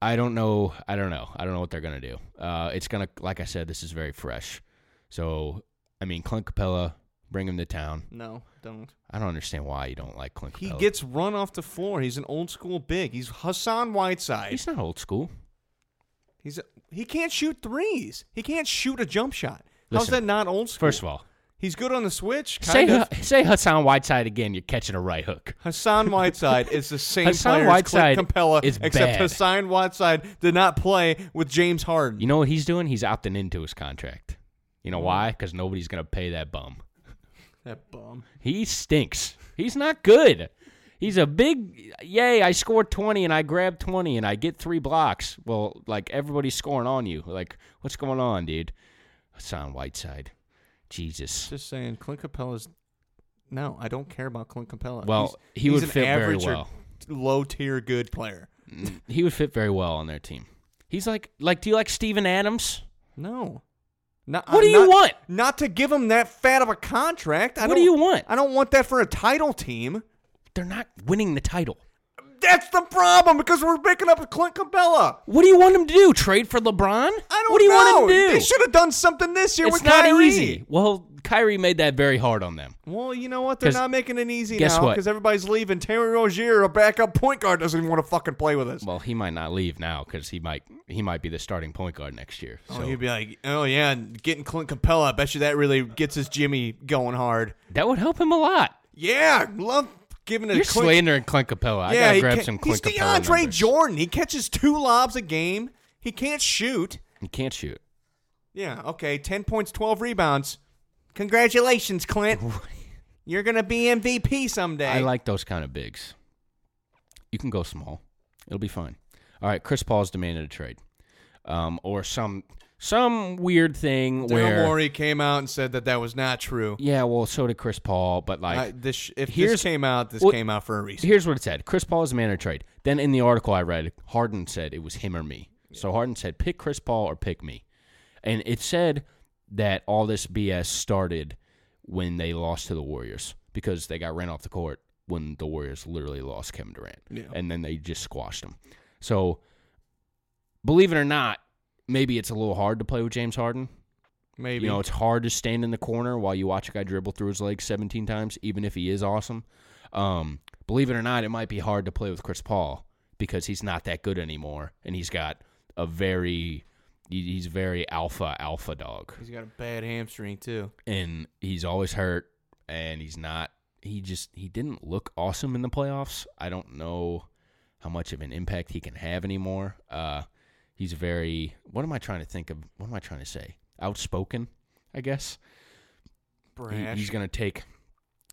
[SPEAKER 2] I don't know. I don't know. I don't know what they're gonna do. Uh, it's gonna, like I said, this is very fresh. So I mean, Clint Capella, bring him to town.
[SPEAKER 3] No, don't.
[SPEAKER 2] I don't understand why you don't like Clint.
[SPEAKER 3] He
[SPEAKER 2] Capella.
[SPEAKER 3] gets run off the floor. He's an old school big. He's Hassan Whiteside.
[SPEAKER 2] He's not old school.
[SPEAKER 3] He's a, he can't shoot threes. He can't shoot a jump shot. How's
[SPEAKER 2] Listen,
[SPEAKER 3] that not old school?
[SPEAKER 2] First of all,
[SPEAKER 3] He's good on the switch.
[SPEAKER 2] Say,
[SPEAKER 3] Kind of.
[SPEAKER 2] Hu- say Hassan Whiteside again. You're catching a right hook.
[SPEAKER 3] Hassan Whiteside is the same
[SPEAKER 2] Hassan
[SPEAKER 3] player
[SPEAKER 2] Whiteside
[SPEAKER 3] as Clint Capella,
[SPEAKER 2] is
[SPEAKER 3] except
[SPEAKER 2] bad.
[SPEAKER 3] Hassan Whiteside did not play with James Harden.
[SPEAKER 2] You know what he's doing? He's opting into his contract. You
[SPEAKER 3] Hmm.
[SPEAKER 2] know why? Because nobody's gonna pay that bum.
[SPEAKER 3] that bum.
[SPEAKER 2] He stinks. He's not good. He's a big yay, I scored 20 and I grabbed 20 and I get 3 blocks. Well, like everybody's scoring on you. Like what's going on, dude? Hassan Whiteside. Jesus.
[SPEAKER 3] Just saying, Clint Capella's. No, I don't care about Clint Capella.
[SPEAKER 2] Well,
[SPEAKER 3] He's-
[SPEAKER 2] he
[SPEAKER 3] he's
[SPEAKER 2] would
[SPEAKER 3] an
[SPEAKER 2] fit very
[SPEAKER 3] average or
[SPEAKER 2] well.
[SPEAKER 3] Low tier good player.
[SPEAKER 2] He would fit very well on their team. He's like like do you like Steven Adams?
[SPEAKER 3] No. Not,
[SPEAKER 2] What
[SPEAKER 3] I'm
[SPEAKER 2] do you
[SPEAKER 3] not-
[SPEAKER 2] want?
[SPEAKER 3] Not to give him that fat of a contract. I
[SPEAKER 2] What do
[SPEAKER 3] don't-
[SPEAKER 2] you want?
[SPEAKER 3] I don't want that for a title team.
[SPEAKER 2] They're not winning the title.
[SPEAKER 3] That's the problem because we're picking up Clint Capella.
[SPEAKER 2] What do you want him to do? Trade for LeBron?
[SPEAKER 3] I don't
[SPEAKER 2] What do you
[SPEAKER 3] know.
[SPEAKER 2] want him to do?
[SPEAKER 3] They should have done something this year
[SPEAKER 2] it's
[SPEAKER 3] with
[SPEAKER 2] not
[SPEAKER 3] Kyrie.
[SPEAKER 2] easy. Well, Kyrie made that very hard on them.
[SPEAKER 3] Well, you know what? They're
[SPEAKER 2] 'Cause
[SPEAKER 3] not making it easy
[SPEAKER 2] guess
[SPEAKER 3] now
[SPEAKER 2] what?
[SPEAKER 3] because everybody's leaving. Terry Rozier, a backup point guard, doesn't even want to fucking play with us.
[SPEAKER 2] Well, he might not leave now because he might he might be the starting point guard next year.
[SPEAKER 3] oh,
[SPEAKER 2] So
[SPEAKER 3] he'd be like, oh yeah, and getting Clint Capella. I bet you that really gets his Jimmy going hard.
[SPEAKER 2] that would help him a lot.
[SPEAKER 3] Yeah, love giving it.
[SPEAKER 2] You're
[SPEAKER 3] Clint-
[SPEAKER 2] slandering Clint Capella. I gotta
[SPEAKER 3] he
[SPEAKER 2] grab
[SPEAKER 3] can't-
[SPEAKER 2] some Clint
[SPEAKER 3] He's
[SPEAKER 2] Capella.
[SPEAKER 3] DeAndre
[SPEAKER 2] numbers.
[SPEAKER 3] Jordan. He catches two lobs a game. He can't shoot.
[SPEAKER 2] He can't shoot.
[SPEAKER 3] Yeah, okay. 10 points, 12 rebounds. Congratulations, Clint. You're going to be MVP someday.
[SPEAKER 2] I like those kind of bigs. You can go small. It'll be fine. All right, Chris Paul's demanded a trade, um, or some some weird thing
[SPEAKER 3] Daryl
[SPEAKER 2] where
[SPEAKER 3] Morey came out and said that that was not true.
[SPEAKER 2] yeah, well, so did Chris Paul, but like
[SPEAKER 3] I- this sh- if
[SPEAKER 2] here's-
[SPEAKER 3] this came out, this
[SPEAKER 2] well,
[SPEAKER 3] came out for a reason.
[SPEAKER 2] Here's what it said: Chris Paul is a man of trade. Then in the article I read, Harden said it was him or me. So Harden said, "Pick Chris Paul or pick me," and it said that all this BS started when they lost to the Warriors because they got ran off the court when the Warriors literally lost Kevin Durant,
[SPEAKER 3] Yeah.
[SPEAKER 2] and then they just squashed him. So, believe it or not, maybe it's a little hard to play with James Harden.
[SPEAKER 3] Maybe.
[SPEAKER 2] You know, it's hard to stand in the corner while you watch a guy dribble through his legs 17 times, even if he is awesome. Um, believe it or not, it might be hard to play with Chris Paul because he's not that good anymore, and he's got a very he- he's very alpha alpha dog,
[SPEAKER 3] He's got a bad hamstring, too.
[SPEAKER 2] and he's always hurt, and he's not he just he didn't look awesome in the playoffs. I don't know how much of an impact he can have anymore. Uh, he's very what am I trying to think of? What am I trying to say? Outspoken, I guess he-
[SPEAKER 3] Brash.
[SPEAKER 2] he's gonna take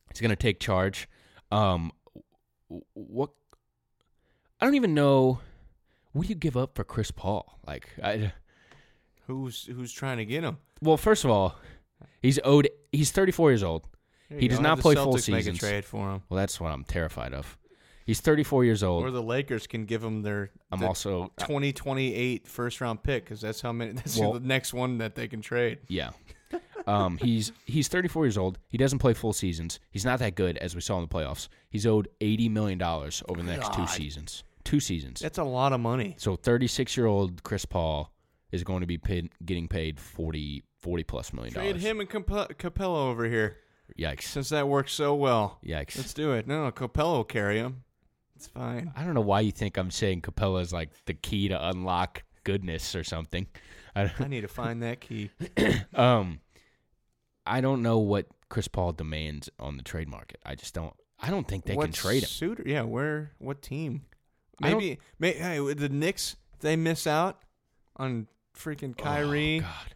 [SPEAKER 2] he's gonna take charge. Um, w- what I don't even know. What do you give up for Chris Paul? Like, I,
[SPEAKER 3] who's, who's trying to get him?
[SPEAKER 2] well, first of all, he's owed. He's 34 years old.
[SPEAKER 3] There
[SPEAKER 2] He
[SPEAKER 3] you
[SPEAKER 2] does
[SPEAKER 3] go.
[SPEAKER 2] not
[SPEAKER 3] Have the
[SPEAKER 2] play
[SPEAKER 3] Celtics
[SPEAKER 2] full
[SPEAKER 3] Make
[SPEAKER 2] seasons.
[SPEAKER 3] a trade for him.
[SPEAKER 2] Well, that's what I'm terrified of. He's 34 years
[SPEAKER 3] Or
[SPEAKER 2] old.
[SPEAKER 3] the Lakers can give him their
[SPEAKER 2] I'm
[SPEAKER 3] the
[SPEAKER 2] also- uh,
[SPEAKER 3] 2028 first round pick because that's how many. That's
[SPEAKER 2] Well-
[SPEAKER 3] the next one that they can trade.
[SPEAKER 2] yeah. Um, he's he's 34 years old. He doesn't play full seasons. He's not that good, as we saw in the playoffs. He's owed 80 million dollars over the next two
[SPEAKER 3] God.
[SPEAKER 2] seasons. Two seasons.
[SPEAKER 3] That's a lot of money.
[SPEAKER 2] So 36 year old Chris Paul is going to be paid, getting paid 40, 40 plus million
[SPEAKER 3] Trade
[SPEAKER 2] dollars.
[SPEAKER 3] him and Camp- Capella over here
[SPEAKER 2] Yikes.
[SPEAKER 3] since that works so well.
[SPEAKER 2] Yikes.
[SPEAKER 3] Let's do it. No, Capella will carry him. It's fine.
[SPEAKER 2] I don't know why you think I'm saying Capella is like the key to unlock goodness or something. I don't,
[SPEAKER 3] I need to find that key.
[SPEAKER 2] um, I don't know what Chris Paul demands on the trade market. I just don't. I don't think they
[SPEAKER 3] what
[SPEAKER 2] can trade him.
[SPEAKER 3] Suitor? Yeah, where? What team?
[SPEAKER 2] I don't-
[SPEAKER 3] Maybe. May, hey, with the Knicks. if They miss out on freaking
[SPEAKER 2] Oh,
[SPEAKER 3] Kyrie.
[SPEAKER 2] God.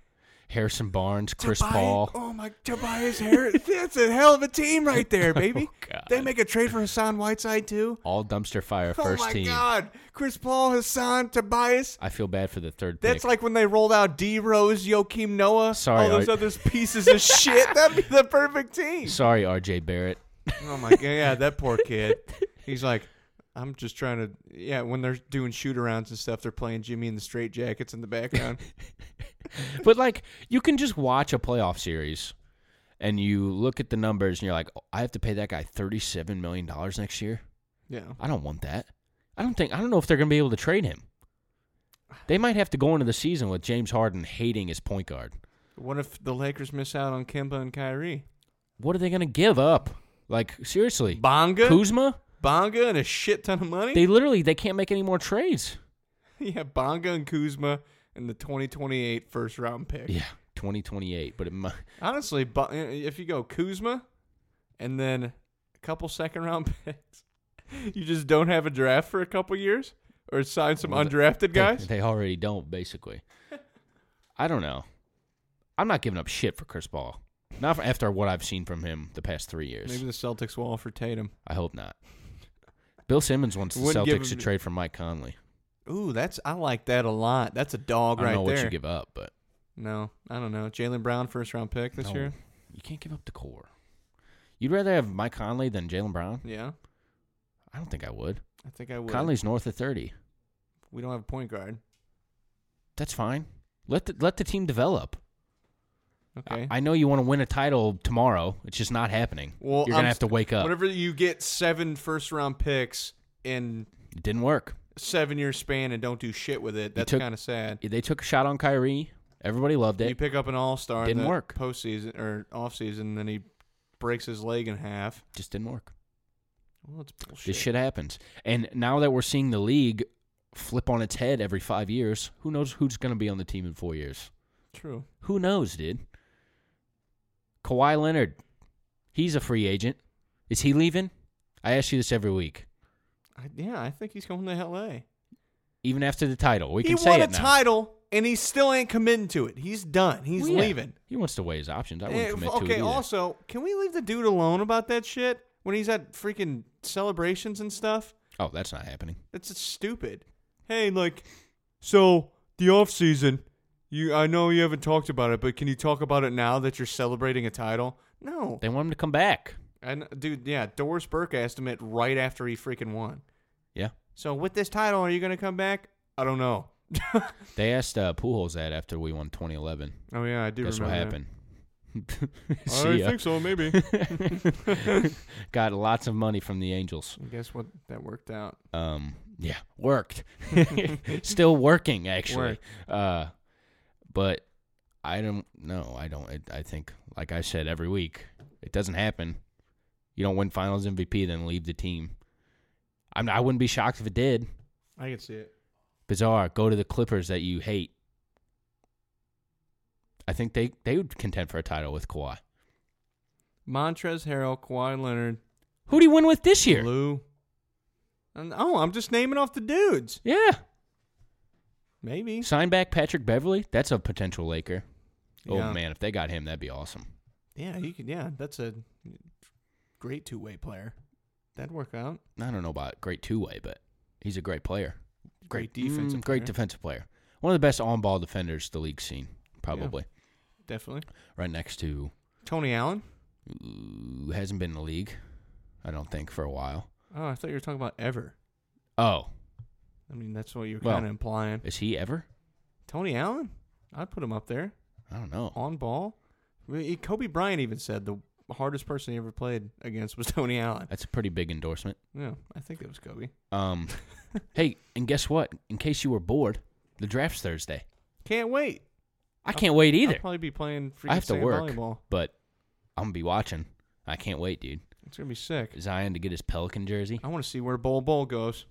[SPEAKER 2] Harrison Barnes, Chris
[SPEAKER 3] Tobias-
[SPEAKER 2] Paul.
[SPEAKER 3] Oh my, Tobias Harris. That's a hell of a team right there, baby.
[SPEAKER 2] Oh, God.
[SPEAKER 3] they make a trade for Hassan Whiteside too.
[SPEAKER 2] All dumpster fire first
[SPEAKER 3] oh my
[SPEAKER 2] team.
[SPEAKER 3] God, Chris Paul, Hassan, Tobias.
[SPEAKER 2] I feel bad for the third
[SPEAKER 3] That's
[SPEAKER 2] pick.
[SPEAKER 3] like when they rolled out D Rose, Joakim Noah,
[SPEAKER 2] Sorry,
[SPEAKER 3] all those
[SPEAKER 2] I-
[SPEAKER 3] other pieces of shit. That'd be the perfect team.
[SPEAKER 2] Sorry, RJ Barrett.
[SPEAKER 3] Oh my god, yeah, that poor kid. He's like, I'm just trying to. Yeah, when they're doing shoot arounds and stuff, they're playing Jimmy and the Straight Jackets in the background.
[SPEAKER 2] but like you can just watch a playoff series and you look at the numbers and you're like, "Oh, I have to pay that guy thirty seven million dollars next year.
[SPEAKER 3] yeah,
[SPEAKER 2] I don't want that. I don't think I don't know if they're gonna be able to trade him. They might have to go into the season with James Harden hating his point guard.
[SPEAKER 3] what if the Lakers miss out on Kemba and Kyrie?
[SPEAKER 2] What are they gonna give up? Like seriously,
[SPEAKER 3] Bonga,
[SPEAKER 2] Kuzma?
[SPEAKER 3] Bonga, and a shit ton of money.
[SPEAKER 2] They literally they can't make any more trades.
[SPEAKER 3] yeah, Bonga and Kuzma and the 2028 first round pick.
[SPEAKER 2] Yeah, twenty twenty eight, but it might.
[SPEAKER 3] Honestly, but if you go Kuzma and then a couple second round picks, you just don't have a draft for a couple years or sign some
[SPEAKER 2] Well, they-
[SPEAKER 3] undrafted
[SPEAKER 2] they-
[SPEAKER 3] guys.
[SPEAKER 2] They, already don't, basically. I don't know. I'm not giving up shit for Chris Paul. Not for, after what I've seen from him the past three years.
[SPEAKER 3] Maybe the Celtics will offer Tatum.
[SPEAKER 2] I hope not. Bill Simmons wants the
[SPEAKER 3] Wouldn't give
[SPEAKER 2] Celtics to
[SPEAKER 3] him-
[SPEAKER 2] trade for Mike Conley.
[SPEAKER 3] Ooh, that's I like that a lot. That's a
[SPEAKER 2] I
[SPEAKER 3] dog
[SPEAKER 2] don't
[SPEAKER 3] right
[SPEAKER 2] know what
[SPEAKER 3] there.
[SPEAKER 2] you give up, but
[SPEAKER 3] No, I don't know. Jalen Brown first round pick this
[SPEAKER 2] no,
[SPEAKER 3] year.
[SPEAKER 2] you can't give up the core. You'd rather have Mike Conley than Jalen Brown?
[SPEAKER 3] Yeah,
[SPEAKER 2] I don't think I would.
[SPEAKER 3] I think I would.
[SPEAKER 2] Conley's north of thirty.
[SPEAKER 3] we don't have a point guard.
[SPEAKER 2] That's fine. Let the, let the team develop. I-
[SPEAKER 3] Okay.
[SPEAKER 2] I, know you want to win a title tomorrow. It's just not happening.
[SPEAKER 3] well,
[SPEAKER 2] You're gonna
[SPEAKER 3] I'm-
[SPEAKER 2] have to wake up.
[SPEAKER 3] Whenever you get seven first round picks in
[SPEAKER 2] It didn't work.
[SPEAKER 3] seven year span and don't do shit with it, that's
[SPEAKER 2] took-
[SPEAKER 3] kind of sad.
[SPEAKER 2] They took a shot on Kyrie. Everybody loved
[SPEAKER 3] you
[SPEAKER 2] it.
[SPEAKER 3] pick up an all star in
[SPEAKER 2] Didn't
[SPEAKER 3] the
[SPEAKER 2] work.
[SPEAKER 3] postseason or offseason, and then he breaks his leg in half.
[SPEAKER 2] Just didn't work.
[SPEAKER 3] Well, it's bullshit.
[SPEAKER 2] This shit happens. And now that we're seeing the league flip on its head every five years, who knows who's going to be on the team in four years?
[SPEAKER 3] True.
[SPEAKER 2] Who knows, dude? Kawhi Leonard, he's a free agent. Is he leaving? I ask you this every week,
[SPEAKER 3] I, yeah, I think he's going to L.A.
[SPEAKER 2] even after the title. We
[SPEAKER 3] he
[SPEAKER 2] can
[SPEAKER 3] won
[SPEAKER 2] say
[SPEAKER 3] a
[SPEAKER 2] it now.
[SPEAKER 3] title, and he still ain't committing to it. He's done. He's
[SPEAKER 2] Well, yeah.
[SPEAKER 3] leaving.
[SPEAKER 2] He wants to weigh his options. I wouldn't
[SPEAKER 3] Eh,
[SPEAKER 2] commit
[SPEAKER 3] okay,
[SPEAKER 2] to it. either.
[SPEAKER 3] also, can we leave the dude alone about that shit when he's at freaking celebrations and stuff?
[SPEAKER 2] oh, that's not happening.
[SPEAKER 3] That's just stupid. Hey, like, so the off season, you I know you haven't talked about it, but can you talk about it now that you're celebrating a title? No,
[SPEAKER 2] They want him to come back.
[SPEAKER 3] and dude, yeah, Doris Burke asked him it right after he freaking won.
[SPEAKER 2] Yeah.
[SPEAKER 3] So with this title, are you gonna come back? I don't know.
[SPEAKER 2] They asked uh, Pujols that after we won 2011.
[SPEAKER 3] Oh yeah, I do.
[SPEAKER 2] Guess
[SPEAKER 3] remember
[SPEAKER 2] what
[SPEAKER 3] that.
[SPEAKER 2] happened?
[SPEAKER 3] I
[SPEAKER 2] See ya.
[SPEAKER 3] think so, maybe.
[SPEAKER 2] Got lots of money from the Angels.
[SPEAKER 3] I guess what that worked out.
[SPEAKER 2] Um, yeah, worked. Still working, actually.
[SPEAKER 3] Worked.
[SPEAKER 2] Uh, but I don't know. I don't. It, I think, like I said every week, it doesn't happen. You don't win Finals MVP, then leave the team. I'm. I wouldn't be shocked if it did.
[SPEAKER 3] I can see it.
[SPEAKER 2] Bizarre. Go to the Clippers that you hate. I think they they would contend for a title with Kawhi.
[SPEAKER 3] Montrez Harrell, Kawhi Leonard,
[SPEAKER 2] Who do you win with this year?
[SPEAKER 3] Lou. And, oh, I'm just naming off the dudes.
[SPEAKER 2] Yeah.
[SPEAKER 3] Maybe.
[SPEAKER 2] Sign back Patrick Beverly. That's a potential Laker.
[SPEAKER 3] Yeah.
[SPEAKER 2] Oh man, if they got him, that'd be awesome.
[SPEAKER 3] Yeah, you could. Yeah, that's a great two way player. That'd work out.
[SPEAKER 2] I don't know about great two way, but he's a great player.
[SPEAKER 3] Great defensive
[SPEAKER 2] mm, great
[SPEAKER 3] player.
[SPEAKER 2] defensive player. One of the best on ball defenders the league's seen, probably.
[SPEAKER 3] Definitely.
[SPEAKER 2] Right next to
[SPEAKER 3] Tony Allen.
[SPEAKER 2] ooh, hasn't been in the league, I don't think, for a while.
[SPEAKER 3] Oh, I thought you were talking about ever.
[SPEAKER 2] Oh,
[SPEAKER 3] I mean, that's what you were
[SPEAKER 2] Well-
[SPEAKER 3] kind of implying.
[SPEAKER 2] is he ever?
[SPEAKER 3] Tony Allen. I'd put him up there
[SPEAKER 2] I don't know.
[SPEAKER 3] on ball. Really, Kobe Bryant even said the hardest person he ever played against was Tony Allen.
[SPEAKER 2] That's a pretty big endorsement.
[SPEAKER 3] Yeah, I think it was Kobe.
[SPEAKER 2] Um, hey, and guess what? In case you were bored, the draft's Thursday.
[SPEAKER 3] Can't wait.
[SPEAKER 2] I can't wait either.
[SPEAKER 3] I'll probably be playing.
[SPEAKER 2] I have to
[SPEAKER 3] freaking
[SPEAKER 2] work,
[SPEAKER 3] volleyball.
[SPEAKER 2] but I'm gonna be watching. I can't wait, dude.
[SPEAKER 3] It's gonna be sick.
[SPEAKER 2] Zion to get his Pelican jersey.
[SPEAKER 3] I want to see where Bol Bol goes.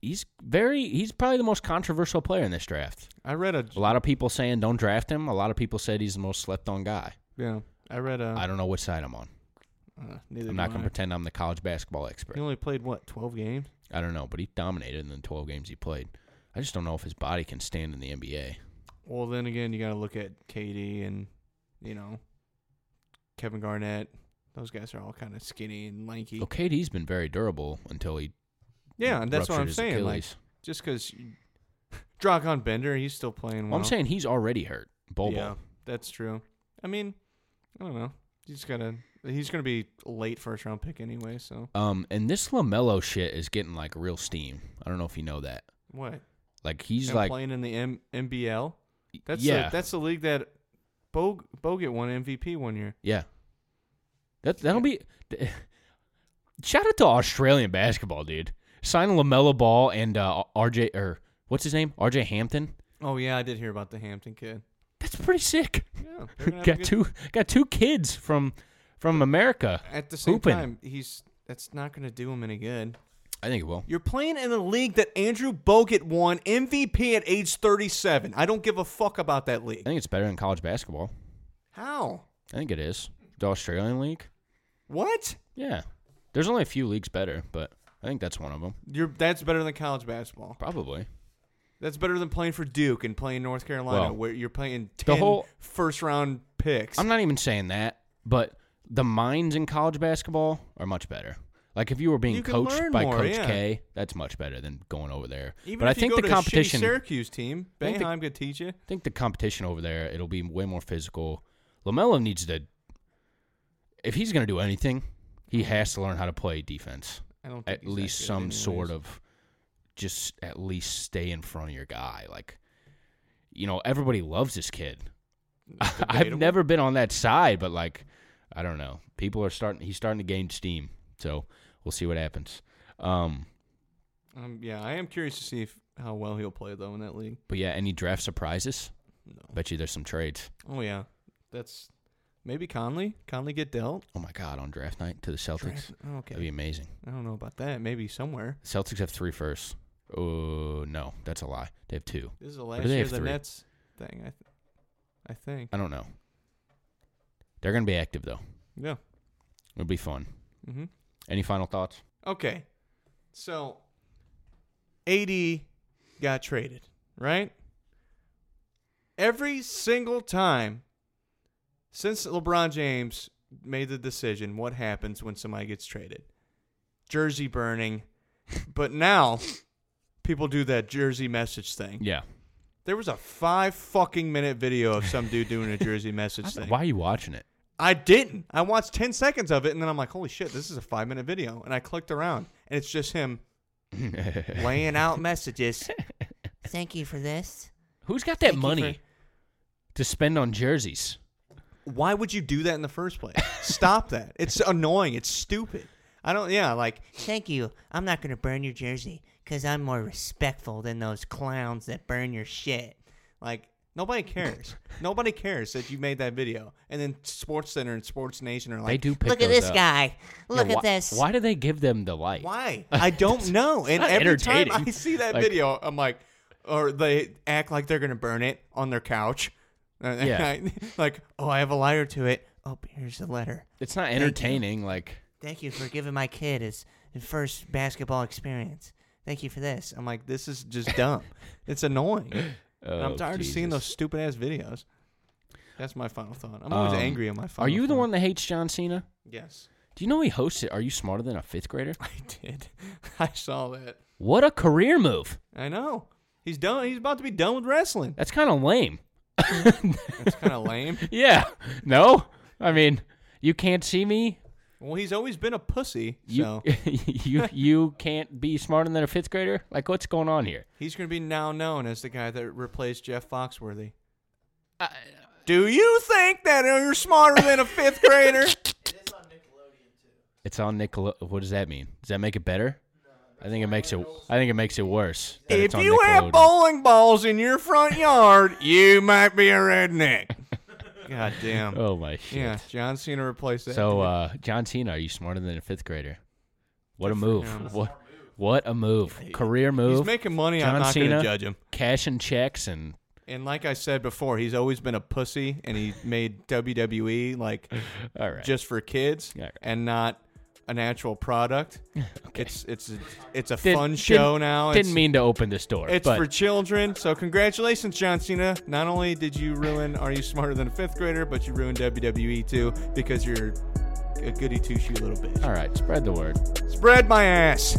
[SPEAKER 2] He's very. He's probably the most controversial player in this draft.
[SPEAKER 3] I read a
[SPEAKER 2] A lot of people saying don't draft him. A lot of people said he's the most slept on guy.
[SPEAKER 3] yeah. I read a.
[SPEAKER 2] I don't know which side I'm on.
[SPEAKER 3] uh, neither
[SPEAKER 2] I'm
[SPEAKER 3] do
[SPEAKER 2] not gonna
[SPEAKER 3] I.
[SPEAKER 2] pretend I'm the college basketball expert.
[SPEAKER 3] He only played what twelve games.
[SPEAKER 2] I don't know, but he dominated in the 12 games he played. I just don't know if his body can stand in the NBA.
[SPEAKER 3] Well, then again, you got to look at KD and you know Kevin Garnett. Those guys are all kind of skinny and lanky.
[SPEAKER 2] Well, KD's been very durable until he
[SPEAKER 3] Yeah, and that's what
[SPEAKER 2] ruptured
[SPEAKER 3] I'm
[SPEAKER 2] his
[SPEAKER 3] saying. Like,
[SPEAKER 2] Achilles.
[SPEAKER 3] just because Dragon Bender, he's still playing. Well,
[SPEAKER 2] Well, I'm saying he's already hurt. Bol Bol.
[SPEAKER 3] yeah, that's true. I mean, I don't know. You just gotta. He's gonna be a late first round pick anyway. So
[SPEAKER 2] Um, and this Lamelo shit is getting like real steam. I don't know if you know that.
[SPEAKER 3] what?
[SPEAKER 2] Like he's
[SPEAKER 3] and
[SPEAKER 2] like,
[SPEAKER 3] playing in the M- MBL. That's
[SPEAKER 2] Yeah.
[SPEAKER 3] the, that's the league that Bog Bogut won MVP one year.
[SPEAKER 2] yeah. That that'll be. Shout out to Australian basketball, dude. Sign Lamelo Ball and uh, RJ or what's his name, RJ Hampton.
[SPEAKER 3] Oh yeah, I did hear about the Hampton kid.
[SPEAKER 2] That's pretty sick.
[SPEAKER 3] Yeah, they're gonna have a
[SPEAKER 2] got
[SPEAKER 3] good-
[SPEAKER 2] two got two kids from from America
[SPEAKER 3] At the same
[SPEAKER 2] hooping.
[SPEAKER 3] time, he's that's not going to do him any good.
[SPEAKER 2] I think it will.
[SPEAKER 3] You're playing in a league that Andrew Bogut won MVP at age 37. I don't give a fuck about that
[SPEAKER 2] I
[SPEAKER 3] league.
[SPEAKER 2] think it's better than college basketball.
[SPEAKER 3] How?
[SPEAKER 2] I think it is. The Australian league?
[SPEAKER 3] What?
[SPEAKER 2] Yeah. There's only a few leagues better, but I think that's one of them.
[SPEAKER 3] You're that's better than college basketball.
[SPEAKER 2] Probably.
[SPEAKER 3] That's better than playing for Duke and playing North Carolina,
[SPEAKER 2] Well,
[SPEAKER 3] where you're playing
[SPEAKER 2] the
[SPEAKER 3] 10
[SPEAKER 2] whole-
[SPEAKER 3] first round picks.
[SPEAKER 2] I'm not even saying that, but the minds in college basketball are much better. Like if you were being
[SPEAKER 3] You can
[SPEAKER 2] coached
[SPEAKER 3] learn
[SPEAKER 2] by
[SPEAKER 3] more,
[SPEAKER 2] Coach
[SPEAKER 3] yeah.
[SPEAKER 2] K, that's much better than going over there.
[SPEAKER 3] Even
[SPEAKER 2] but
[SPEAKER 3] if
[SPEAKER 2] I think
[SPEAKER 3] you
[SPEAKER 2] the
[SPEAKER 3] go to a shitty
[SPEAKER 2] competition
[SPEAKER 3] Syracuse team,
[SPEAKER 2] I think the-
[SPEAKER 3] Bayheim could teach you.
[SPEAKER 2] I think the competition over there, it'll be way more physical. LaMelo needs to, if he's going to do anything, he has to learn how to play defense.
[SPEAKER 3] Mm-hmm. I don't think
[SPEAKER 2] At
[SPEAKER 3] he's that
[SPEAKER 2] least
[SPEAKER 3] good
[SPEAKER 2] some
[SPEAKER 3] anyways.
[SPEAKER 2] sort of, just at least stay in front of your guy. Like, you know, everybody loves this kid. I've
[SPEAKER 3] Debatable.
[SPEAKER 2] never been on that side, but like, I don't know. People are starting, he's starting to gain steam. So we'll see what happens. Um,
[SPEAKER 3] Um, yeah, I am curious to see if, how well he'll play though in that league.
[SPEAKER 2] but yeah, any draft surprises?
[SPEAKER 3] No.
[SPEAKER 2] Bet you there's some trades.
[SPEAKER 3] Oh yeah, that's maybe Conley. Conley get dealt.
[SPEAKER 2] Oh my God, on draft night to the Celtics.
[SPEAKER 3] Draft- oh, okay.
[SPEAKER 2] That'd be amazing.
[SPEAKER 3] I don't know about that. Maybe somewhere.
[SPEAKER 2] Celtics have three firsts. Oh no, that's a lie. They have two.
[SPEAKER 3] This is the
[SPEAKER 2] Or do
[SPEAKER 3] last
[SPEAKER 2] they
[SPEAKER 3] year
[SPEAKER 2] have
[SPEAKER 3] of the
[SPEAKER 2] three?
[SPEAKER 3] Nets thing. I, th- I think.
[SPEAKER 2] I don't know. They're gonna be active though.
[SPEAKER 3] Yeah.
[SPEAKER 2] It'll be fun.
[SPEAKER 3] Mm-hmm.
[SPEAKER 2] Any final thoughts?
[SPEAKER 3] Okay. So, AD got traded, right? Every single time since LeBron James made the decision, what happens when somebody gets traded? Jersey burning. but now people do that jersey message thing.
[SPEAKER 2] Yeah.
[SPEAKER 3] There was a five fucking minute video of some dude doing a jersey message thing.
[SPEAKER 2] Why are you watching it?
[SPEAKER 3] I didn't. I watched 10 seconds of it and then I'm like, holy shit, this is a five minute video. And I clicked around and it's just him laying out messages.
[SPEAKER 4] Thank you for this.
[SPEAKER 2] Who's got that
[SPEAKER 3] Thank you
[SPEAKER 2] money
[SPEAKER 3] for-
[SPEAKER 2] to spend on jerseys?
[SPEAKER 3] Why would you do that in the first place? Stop that. It's annoying. It's stupid. I don't, yeah, like,
[SPEAKER 4] Thank you. I'm not going to burn your jersey because I'm more respectful than those clowns that burn your shit.
[SPEAKER 3] like, Nobody cares. Nobody cares that you made that video. And then Sports Center and Sports Nation are like,
[SPEAKER 2] they do pick
[SPEAKER 4] Look at
[SPEAKER 2] those
[SPEAKER 4] this
[SPEAKER 2] up.
[SPEAKER 4] guy.
[SPEAKER 2] Yeah,
[SPEAKER 4] Look
[SPEAKER 2] why-
[SPEAKER 4] at this.
[SPEAKER 2] Why do they give them the like?
[SPEAKER 3] Why? I don't know. And
[SPEAKER 2] not
[SPEAKER 3] every time
[SPEAKER 2] entertaining.
[SPEAKER 3] I see that
[SPEAKER 2] Like-
[SPEAKER 3] video, I'm like, or they act like they're gonna burn it on their couch. And
[SPEAKER 2] Yeah.
[SPEAKER 3] I- like, oh, I have a liar to it.
[SPEAKER 4] Oh, here's the letter.
[SPEAKER 2] It's not
[SPEAKER 4] you.
[SPEAKER 2] entertaining. Like
[SPEAKER 4] Thank you for giving my kid his his first basketball experience. Thank you for this.
[SPEAKER 3] I'm like, this is just dumb. it's annoying. And
[SPEAKER 2] oh,
[SPEAKER 3] I'm tired of seeing
[SPEAKER 2] Jesus.
[SPEAKER 3] those stupid ass videos. That's my final thought. I'm always
[SPEAKER 2] Um,
[SPEAKER 3] angry at my final.
[SPEAKER 2] Are you the
[SPEAKER 3] thought.
[SPEAKER 2] one that hates John Cena?
[SPEAKER 3] Yes,
[SPEAKER 2] Do you know he hosts it? Are you smarter than a fifth grader?
[SPEAKER 3] I did. I saw that.
[SPEAKER 2] What a career move!
[SPEAKER 3] I know. He's done. He's about to be done with wrestling.
[SPEAKER 2] That's kind of lame.
[SPEAKER 3] That's kind of lame.
[SPEAKER 2] Yeah. No. I mean, you can't see me.
[SPEAKER 3] Well, he's always been a pussy.
[SPEAKER 2] You
[SPEAKER 3] so
[SPEAKER 2] you you can't be smarter than a fifth grader. Like, what's going on here?
[SPEAKER 3] He's going to be now known as the guy that replaced Jeff Foxworthy.
[SPEAKER 2] I-
[SPEAKER 3] Do you think that you're smarter than a fifth grader?
[SPEAKER 2] It's on Nickel. What does that mean? Does that make it better? I think it makes it. I think it makes it worse. that
[SPEAKER 3] if
[SPEAKER 2] it's on
[SPEAKER 3] you have
[SPEAKER 2] Nickelodeon.
[SPEAKER 3] bowling balls in your front yard, you might be a redneck. God damn.
[SPEAKER 2] Oh my shit.
[SPEAKER 3] yeah, John Cena replaced that.
[SPEAKER 2] So,
[SPEAKER 3] dude.
[SPEAKER 2] uh, John Cena, are you smarter than a fifth grader? What a
[SPEAKER 3] Good for
[SPEAKER 2] move!
[SPEAKER 3] him.
[SPEAKER 2] What what a move! Career move.
[SPEAKER 3] he's making money.
[SPEAKER 2] John
[SPEAKER 3] I'm not going
[SPEAKER 2] Cena.
[SPEAKER 3] to judge him.
[SPEAKER 2] cashing checks and
[SPEAKER 3] And like I said before, he's always been a pussy, and he made WWE like
[SPEAKER 2] all right.
[SPEAKER 3] just for kids
[SPEAKER 2] Yeah.
[SPEAKER 3] and not an actual product. It's it's a, it's a
[SPEAKER 2] Did-
[SPEAKER 3] fun
[SPEAKER 2] didn't-
[SPEAKER 3] show now.
[SPEAKER 2] Didn't
[SPEAKER 3] It's-
[SPEAKER 2] mean to open this door.
[SPEAKER 3] It's
[SPEAKER 2] but
[SPEAKER 3] for children. So congratulations, John Cena. Not only did you ruin Are You Smarter Than a Fifth Grader, but you ruined WWE too because you're a goody two shoe little bitch.
[SPEAKER 2] all right. Spread the word.
[SPEAKER 3] Spread my ass.